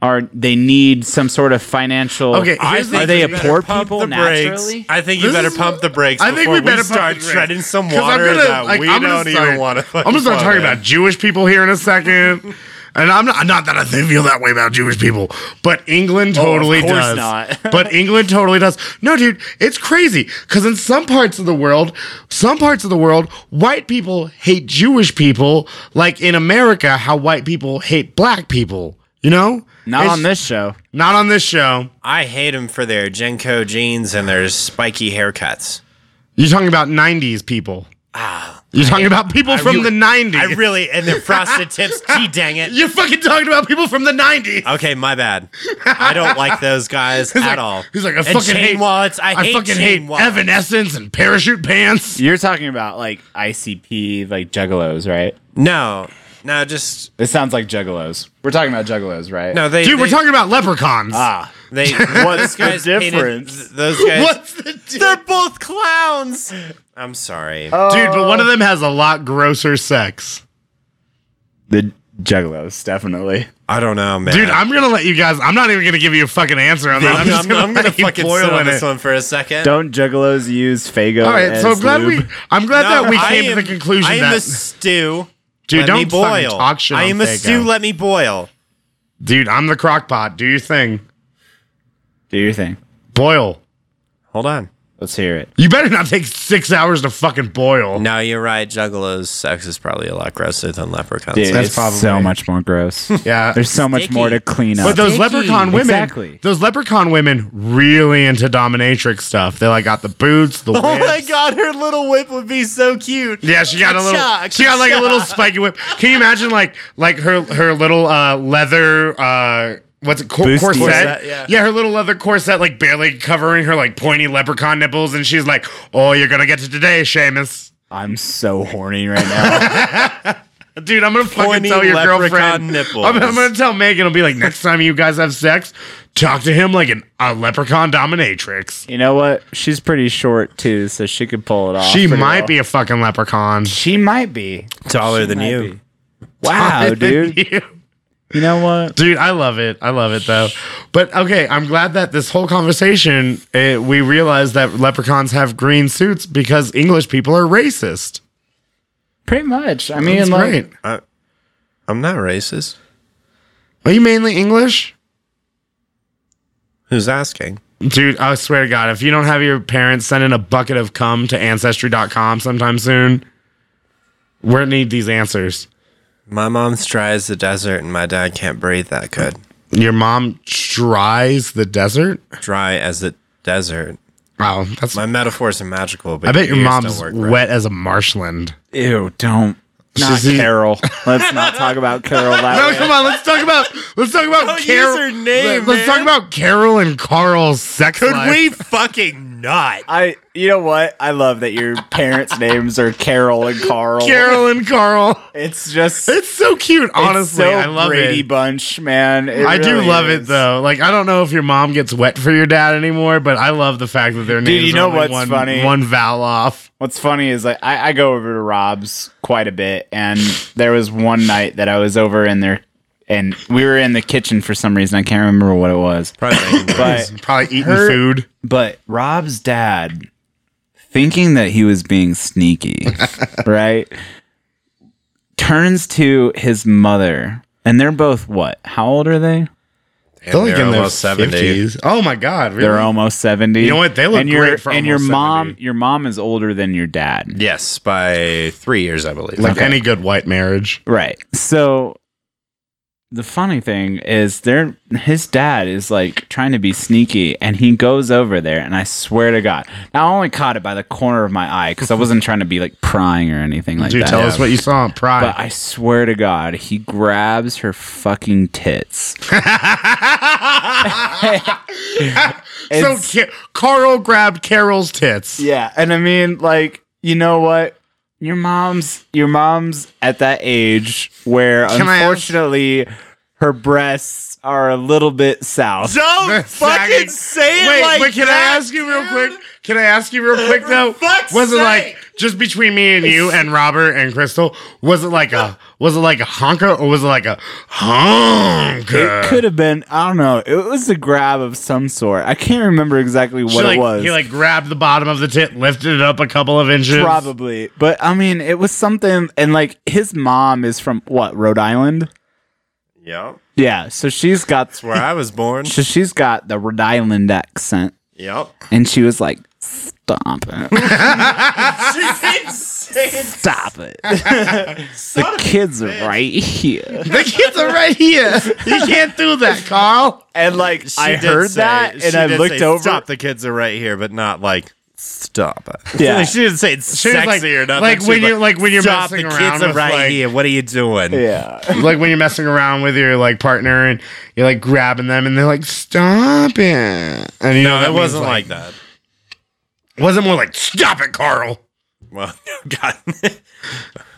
Speaker 4: Are they need some sort of financial?
Speaker 1: Okay, here's the
Speaker 4: are they a
Speaker 1: thing.
Speaker 4: poor
Speaker 3: Pump
Speaker 4: people
Speaker 3: the
Speaker 4: naturally?
Speaker 3: brakes. I think you
Speaker 1: This
Speaker 3: better
Speaker 1: is-
Speaker 3: pump the brakes.
Speaker 1: I think we better pump
Speaker 3: start
Speaker 1: the brakes.
Speaker 3: treading some
Speaker 1: 'Cause I'm
Speaker 3: water
Speaker 1: gonna,
Speaker 3: that
Speaker 1: like,
Speaker 3: we
Speaker 1: I'm gonna
Speaker 3: don't
Speaker 1: start-
Speaker 3: even want
Speaker 1: <laughs>
Speaker 3: to.
Speaker 1: I'm just not talking about Jewish people here in a second. <laughs> And I'm not, not that I feel that way about Jewish people, but England
Speaker 3: Oh,
Speaker 1: totally
Speaker 4: course
Speaker 1: does.
Speaker 3: <laughs>
Speaker 4: not.
Speaker 1: but England totally does. No, dude, it's crazy because in some parts of the world, some parts of the world, white people hate Jewish people, like in America, how white people hate black people. You know,
Speaker 4: Not
Speaker 1: It's-
Speaker 4: on this show.
Speaker 1: Not on this show.
Speaker 3: I hate them for their Jenko jeans and their spiky haircuts.
Speaker 1: You're talking about '90s people. You're talking about people from
Speaker 3: really-
Speaker 1: the '90s.
Speaker 3: Ah, I really and their
Speaker 1: <laughs>
Speaker 3: frosted tips. Gee, dang it.
Speaker 1: You're fucking talking about people from the '90s.
Speaker 3: Okay, my bad. I don't like those guys at
Speaker 1: like-
Speaker 3: all.
Speaker 1: <laughs> He's like, I
Speaker 3: And
Speaker 1: fucking
Speaker 3: chain
Speaker 1: hate
Speaker 3: wallets. I, hate
Speaker 1: fucking
Speaker 3: chain
Speaker 1: hate
Speaker 3: wallets.
Speaker 1: Evanescence and parachute pants.
Speaker 4: You're talking about like ICP, like juggalos, right?
Speaker 3: No, no, just
Speaker 4: This sounds like juggalos. We're talking about juggalos, right?
Speaker 3: no. They,
Speaker 1: Dude,
Speaker 3: they,
Speaker 1: we're talking about leprechauns.
Speaker 4: Ah,
Speaker 1: <laughs>
Speaker 3: They,
Speaker 4: What's
Speaker 3: those
Speaker 4: the
Speaker 3: guys painted-
Speaker 4: difference?
Speaker 3: th- those guys.
Speaker 1: What's the dude?
Speaker 3: They're both clowns. I'm sorry.
Speaker 1: dude? But one of them has a lot grosser sex.
Speaker 4: the juggalos, definitely.
Speaker 3: I don't know, man.
Speaker 1: Dude, I'm gonna let you guys. I'm not even gonna give you a fucking answer on that. I'm,
Speaker 3: <laughs> I'm,
Speaker 1: just
Speaker 3: I'm-
Speaker 1: gonna,
Speaker 3: I'm gonna
Speaker 1: let you
Speaker 3: fucking
Speaker 1: boil
Speaker 3: sit on
Speaker 1: in
Speaker 3: this
Speaker 1: it.
Speaker 3: one for a second.
Speaker 4: Don't juggalos use Fago?
Speaker 1: All right, so I'm glad we. I'm glad
Speaker 3: No,
Speaker 1: that we
Speaker 3: I
Speaker 1: came to
Speaker 3: am-
Speaker 1: the conclusion
Speaker 3: I am
Speaker 1: that
Speaker 3: a stew.
Speaker 1: dude,
Speaker 3: let
Speaker 1: don't
Speaker 3: me
Speaker 1: fucking
Speaker 3: boil.
Speaker 1: talk shit.
Speaker 3: I
Speaker 1: on
Speaker 3: am a
Speaker 1: Fago.
Speaker 3: stew. Let me boil.
Speaker 1: dude, I'm the crock pot. Do your thing.
Speaker 4: do your thing.
Speaker 1: Boil.
Speaker 3: Hold on.
Speaker 4: Let's hear it.
Speaker 1: You better not take six hours to fucking boil.
Speaker 3: No, you're right. Juggalo's sex is probably a lot grosser than leprechauns.
Speaker 4: Dude,
Speaker 1: That's
Speaker 4: it's
Speaker 1: probably-
Speaker 4: so much more gross.
Speaker 1: Yeah,
Speaker 4: There's so much
Speaker 3: Sticky.
Speaker 4: more to clean up.
Speaker 1: But those
Speaker 3: Sticky.
Speaker 1: leprechaun women,
Speaker 4: Exactly.
Speaker 1: those leprechaun women, really into dominatrix stuff. They like got the boots, the
Speaker 3: <laughs> <laughs> Oh my
Speaker 1: whips.
Speaker 3: god, her little whip would be so cute.
Speaker 1: Yeah, she got a little.
Speaker 3: Ka-cha,
Speaker 1: She got like a
Speaker 3: ka-cha.
Speaker 1: little spiky whip. Can you imagine like like her her little uh, leather uh, what's it cor-
Speaker 4: Boost
Speaker 1: corset?
Speaker 3: corset, yeah.
Speaker 1: her little leather corset like barely covering her like pointy leprechaun nipples, and she's like, "Oh, you're gonna get it today, Seamus."
Speaker 4: I'm so horny right now. <laughs>
Speaker 1: Dude, I'm gonna fucking
Speaker 3: Pointy
Speaker 1: tell your
Speaker 3: leprechaun
Speaker 1: girlfriend.
Speaker 3: nipples.
Speaker 1: I'm, I'm gonna tell Megan. I'll be like, next time you guys have sex, talk to him like an, a leprechaun dominatrix.
Speaker 4: you know what? She's pretty short too, so she could pull it off.
Speaker 1: She
Speaker 4: pretty
Speaker 1: might
Speaker 4: well.
Speaker 1: be a fucking leprechaun.
Speaker 4: She might be.
Speaker 3: Taller than
Speaker 4: Might
Speaker 3: you.
Speaker 4: be.
Speaker 1: <laughs>
Speaker 4: Wow, dude. You know what?
Speaker 1: Dude, I love it. I love it though. But okay, I'm glad that this whole conversation eh, we realized that leprechauns have green suits because English people are racist.
Speaker 4: Pretty much. I mean,
Speaker 1: It's
Speaker 4: like,
Speaker 1: great.
Speaker 3: I'm not racist.
Speaker 1: Are you mainly English?
Speaker 3: Who's asking?
Speaker 1: Dude, I swear to God, if you don't have your parents sending a bucket of cum to ancestry.com sometime soon, we're gonna need these answers.
Speaker 3: My mom's dry as the desert, and my dad can't breathe that good.
Speaker 1: Your mom tries the desert?
Speaker 3: Dry as the desert.
Speaker 1: Wow, that's
Speaker 3: My metaphors are magical, but
Speaker 1: I bet your
Speaker 3: ears don't
Speaker 1: mom's
Speaker 3: work
Speaker 1: wet
Speaker 3: right.
Speaker 1: as a marshland.
Speaker 4: Ew, don't. Not
Speaker 1: She's-
Speaker 4: Carol. Let's not talk about
Speaker 1: <laughs>
Speaker 4: Carol
Speaker 1: No,
Speaker 4: that way.
Speaker 1: come on, let's talk about let's talk about
Speaker 3: use
Speaker 1: Carol.
Speaker 3: her name,
Speaker 1: let's
Speaker 3: man.
Speaker 1: talk about Carol and Carl's sex
Speaker 3: Could
Speaker 1: life.
Speaker 3: we fucking not?
Speaker 4: I, you know what? I love that your parents' names are Carol and Carl.
Speaker 1: Carol and Carl.
Speaker 4: It's just
Speaker 1: It's so cute, honestly.
Speaker 4: honestly,
Speaker 1: I love
Speaker 4: Brady
Speaker 1: it.
Speaker 4: Bunch, man. It
Speaker 1: I do
Speaker 4: really
Speaker 1: love it
Speaker 4: is.
Speaker 1: though. Like I don't know if your mom gets wet for your dad anymore, but I love the fact that their names
Speaker 4: you know
Speaker 1: are only
Speaker 4: what's
Speaker 1: one,
Speaker 4: funny?
Speaker 1: one vowel off.
Speaker 4: What's funny is like I, I go over to Rob's quite a bit, and there was one night that I was over in there, and we were in the kitchen for some reason. I can't remember what it was,
Speaker 3: <coughs> Probably.
Speaker 4: but
Speaker 1: Probably eating
Speaker 4: Her-
Speaker 1: food.
Speaker 4: but Rob's dad, thinking that he was
Speaker 1: <laughs>
Speaker 4: being sneaky, right, turns to his mother, and they're both what? How old are they?
Speaker 1: They're like in their
Speaker 3: almost 70.
Speaker 1: 50s. Oh my god, really?
Speaker 4: They're almost seventy.
Speaker 1: You know what? They look
Speaker 4: and your,
Speaker 1: great for
Speaker 4: and your
Speaker 1: almost
Speaker 4: mom,
Speaker 1: 70.
Speaker 4: your mom is older than your dad.
Speaker 3: Yes, by three years, I believe.
Speaker 1: like any good white marriage.
Speaker 4: Right. So the funny thing is there his dad is like trying to be sneaky and he goes over there and I swear to God. Now I only caught it by the corner of my eye because I wasn't trying to be like prying or anything like
Speaker 1: Dude,
Speaker 4: that.
Speaker 1: tell us what you saw on Pride.
Speaker 4: But I swear to God, he grabs her fucking tits.
Speaker 1: <laughs> so
Speaker 4: It's-
Speaker 1: Ca- Carl grabbed Carol's tits.
Speaker 4: Yeah, and I mean, like, you know what? Your mom's your mom's at that age where
Speaker 1: Can I ask-
Speaker 4: unfortunately her breasts are a little bit south.
Speaker 1: <laughs>
Speaker 3: Don't
Speaker 1: Sagging. Wait, but can I ask you real quick? Can I ask you real quick though?
Speaker 3: fuck's
Speaker 1: was it
Speaker 3: sake.
Speaker 1: like just between me and you and Robert and Crystal? Was it like a was it like a honka or was it like a honka?
Speaker 4: It could have been, I don't know. It was a grab of some sort. I can't remember exactly what
Speaker 1: She, like,
Speaker 4: it was.
Speaker 1: He like grabbed the bottom of the tit, lifted it up a couple of inches. <laughs>
Speaker 4: probably. But I mean, it was something and like his mom is from what, Rhode Island?
Speaker 3: Yep.
Speaker 4: Yeah, so she's got
Speaker 3: Where I was born.
Speaker 4: so she's got the Rhode Island accent
Speaker 1: <laughs>
Speaker 3: Yep.
Speaker 4: and she was like stop it.
Speaker 3: Insane.
Speaker 4: Stop it. the kids are right here.
Speaker 1: The kids are right here. You can't do that, Carl.
Speaker 4: And like I
Speaker 3: She did
Speaker 4: heard
Speaker 3: say-
Speaker 4: that and
Speaker 3: she
Speaker 4: I
Speaker 3: did
Speaker 4: looked
Speaker 3: say,
Speaker 4: over
Speaker 3: Stop, the kids are right here, but not like stop it.
Speaker 4: Yeah.
Speaker 3: <laughs> she didn't say it's
Speaker 1: She was
Speaker 3: sexy
Speaker 1: like-
Speaker 3: or nothing.
Speaker 1: like
Speaker 3: She
Speaker 1: when
Speaker 3: was
Speaker 1: you- like when you're
Speaker 3: stop,
Speaker 1: messing
Speaker 3: the
Speaker 1: around
Speaker 3: kids are
Speaker 1: with,
Speaker 3: right
Speaker 1: like-
Speaker 3: here. What are you doing?
Speaker 4: Yeah.
Speaker 1: like when you're messing around with your like partner and you're like grabbing them and they're like, "Stop it!" And you know
Speaker 3: No,
Speaker 1: that
Speaker 3: it
Speaker 1: means,
Speaker 3: wasn't like, that.
Speaker 1: it wasn't more like, "Stop it, Carl."
Speaker 3: Well, <laughs> God.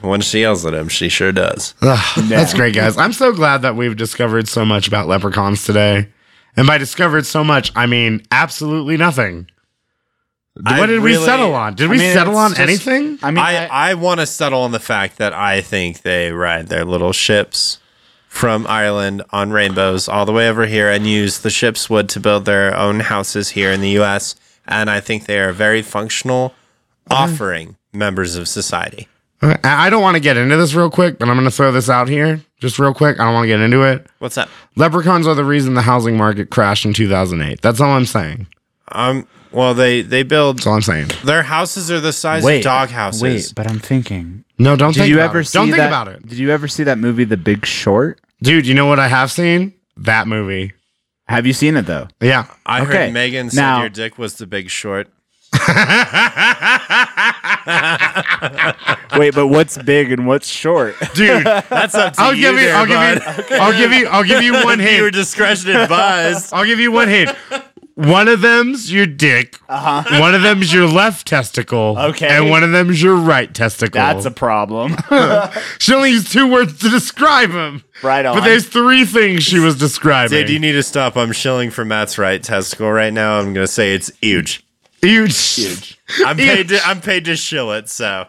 Speaker 3: when she yells at him, she sure does.
Speaker 1: Ugh, That's great, guys. I'm so glad that we've discovered so much about leprechauns today. And by discovered so much, I mean absolutely nothing.
Speaker 3: I
Speaker 1: what did we
Speaker 3: really-
Speaker 1: settle on? Did we
Speaker 4: mean,
Speaker 1: settle
Speaker 4: it's
Speaker 1: on
Speaker 4: just-
Speaker 1: anything?
Speaker 4: I mean,
Speaker 3: I, I want to settle on the fact that I think they ride their little ships from Ireland on rainbows all the way over here and use the ship's wood to build their own houses here in the US. And I think they are very functional,
Speaker 4: Mm-hmm.
Speaker 3: offering members of society.
Speaker 1: I I don't want to get into this real quick, but I'm going to throw this out here just real quick. I don't want to get into it.
Speaker 3: What's up?
Speaker 1: Leprechauns are the reason the housing market crashed in 2008. That's all I'm saying.
Speaker 3: Um, well, they, they build
Speaker 1: That's all I'm saying.
Speaker 3: their houses are the size of dog houses.
Speaker 4: Wait, but I'm thinking.
Speaker 1: No, don't
Speaker 4: Did
Speaker 1: think
Speaker 4: you
Speaker 1: about
Speaker 4: ever
Speaker 1: it.
Speaker 4: see
Speaker 1: Don't think
Speaker 4: that,
Speaker 1: about it.
Speaker 4: Did you ever see that movie The Big Short?
Speaker 1: Dude, you know what I have seen? That movie.
Speaker 4: Have you seen it though?
Speaker 1: Yeah.
Speaker 3: I
Speaker 4: Okay,
Speaker 3: heard Megan said
Speaker 4: now-
Speaker 3: your dick was the big short.
Speaker 4: <laughs> Wait, but what's big and what's short?
Speaker 1: Dude,
Speaker 3: That's up to
Speaker 1: I'll
Speaker 3: you
Speaker 1: give you
Speaker 3: there,
Speaker 1: I'll give
Speaker 3: bud.
Speaker 1: you <laughs> I'll give you I'll give you
Speaker 3: <laughs>
Speaker 1: one
Speaker 3: Your
Speaker 1: hint.
Speaker 3: discretion advised.
Speaker 1: I'll give you one hint. One of them's your dick. Uh-huh. One of them's your left testicle.
Speaker 4: Okay.
Speaker 1: And one of them's your right testicle.
Speaker 4: That's a problem. <laughs>
Speaker 1: She only used two words to describe him.
Speaker 4: Right on.
Speaker 1: But there's three things she was describing.
Speaker 3: Dude, you need to stop. I'm shilling for Matt's right testicle right now. I'm gonna say it's huge.
Speaker 1: Huge.
Speaker 3: I'm paid. To, I'm paid to shill it. So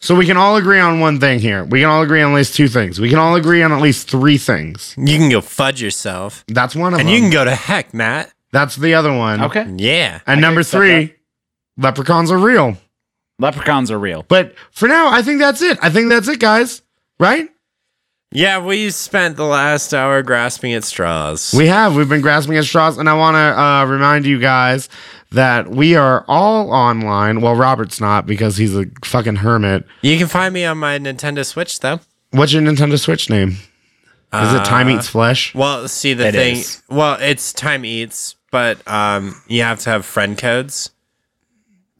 Speaker 1: So we can all agree on one thing here. We can all agree on at least two things. We can all agree on at least three things.
Speaker 3: you can go fudge yourself,
Speaker 1: That's one of
Speaker 3: and
Speaker 1: them.
Speaker 3: you can go to heck, Matt.
Speaker 1: That's the other one.
Speaker 4: okay.
Speaker 3: Yeah.
Speaker 1: And number
Speaker 4: accept
Speaker 1: three, leprechauns are real.
Speaker 4: Leprechauns are real.
Speaker 1: But for now, I think that's it. I think that's it, guys. Right?
Speaker 3: Yeah, we spent the last hour grasping at straws.
Speaker 1: We have. We've been grasping at straws, and I want to uh, remind you guys that we are all online. Well, Robert's not because he's a fucking hermit.
Speaker 3: you can find me on my Nintendo Switch though.
Speaker 1: What's your Nintendo Switch name? Is it Time Eats Flesh?
Speaker 3: Well, see the
Speaker 4: It
Speaker 3: thing.
Speaker 4: is.
Speaker 3: Well, it's time eats, but um, you have to have friend codes.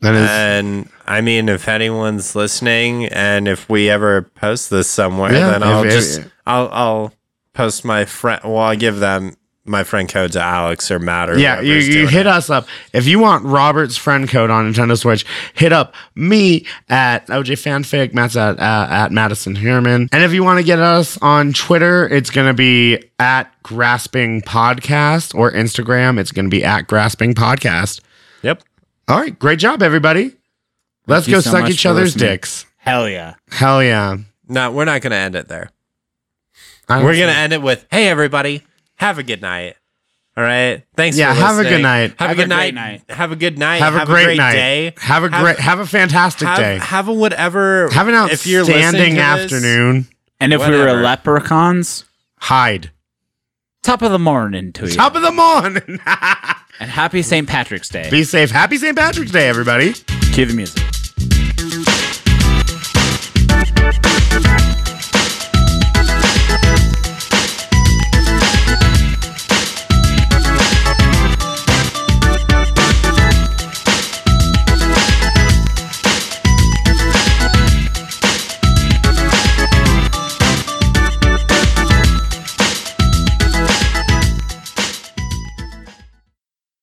Speaker 1: That is.
Speaker 3: And I mean, if anyone's listening, and if we ever post this somewhere,
Speaker 1: Yeah,
Speaker 3: then I'll
Speaker 1: if-
Speaker 3: just I'll I'll post my friend. Well, I'll give them my friend code to Alex or Matt or
Speaker 1: yeah, you,
Speaker 3: whoever's
Speaker 1: you
Speaker 3: doing
Speaker 1: hit
Speaker 3: it.
Speaker 1: us up. If you want Robert's friend code on Nintendo Switch, hit up me at OJ Fanfic, Matt's at, uh, at Madison Herman. And if you want to get us on Twitter, it's going to be at Grasping Podcast or Instagram, it's going to be at Grasping Podcast.
Speaker 3: Yep.
Speaker 1: All right, great job, everybody. Let's
Speaker 4: you
Speaker 1: go
Speaker 4: so
Speaker 1: suck
Speaker 4: much
Speaker 1: each
Speaker 4: for
Speaker 1: other's
Speaker 4: listening.
Speaker 1: dicks.
Speaker 4: Hell yeah.
Speaker 1: Hell yeah.
Speaker 3: No, we're not gonna end it there.
Speaker 1: I don't
Speaker 3: We're
Speaker 1: see-
Speaker 3: gonna end it with, "Hey, everybody, have a good night." All right. Thanks.
Speaker 1: Yeah,
Speaker 3: for
Speaker 1: have a good
Speaker 3: listening.
Speaker 1: night.
Speaker 3: Have, a good night.
Speaker 4: great
Speaker 3: Have a good night.
Speaker 1: have, a great, night.
Speaker 3: day.
Speaker 1: Have a great, have a fantastic
Speaker 3: have,
Speaker 1: day.
Speaker 3: Have a whatever.
Speaker 1: Have an
Speaker 3: if you're listening
Speaker 1: outstanding
Speaker 3: to this-
Speaker 1: afternoon.
Speaker 4: And if we were
Speaker 3: Whatever.
Speaker 4: leprechauns,
Speaker 1: Hide.
Speaker 4: top of the morning to you.
Speaker 1: Top of the morning.
Speaker 4: And happy St. Patrick's Day.
Speaker 1: Be safe. Happy St. Patrick's Day, everybody.
Speaker 4: Cue the music.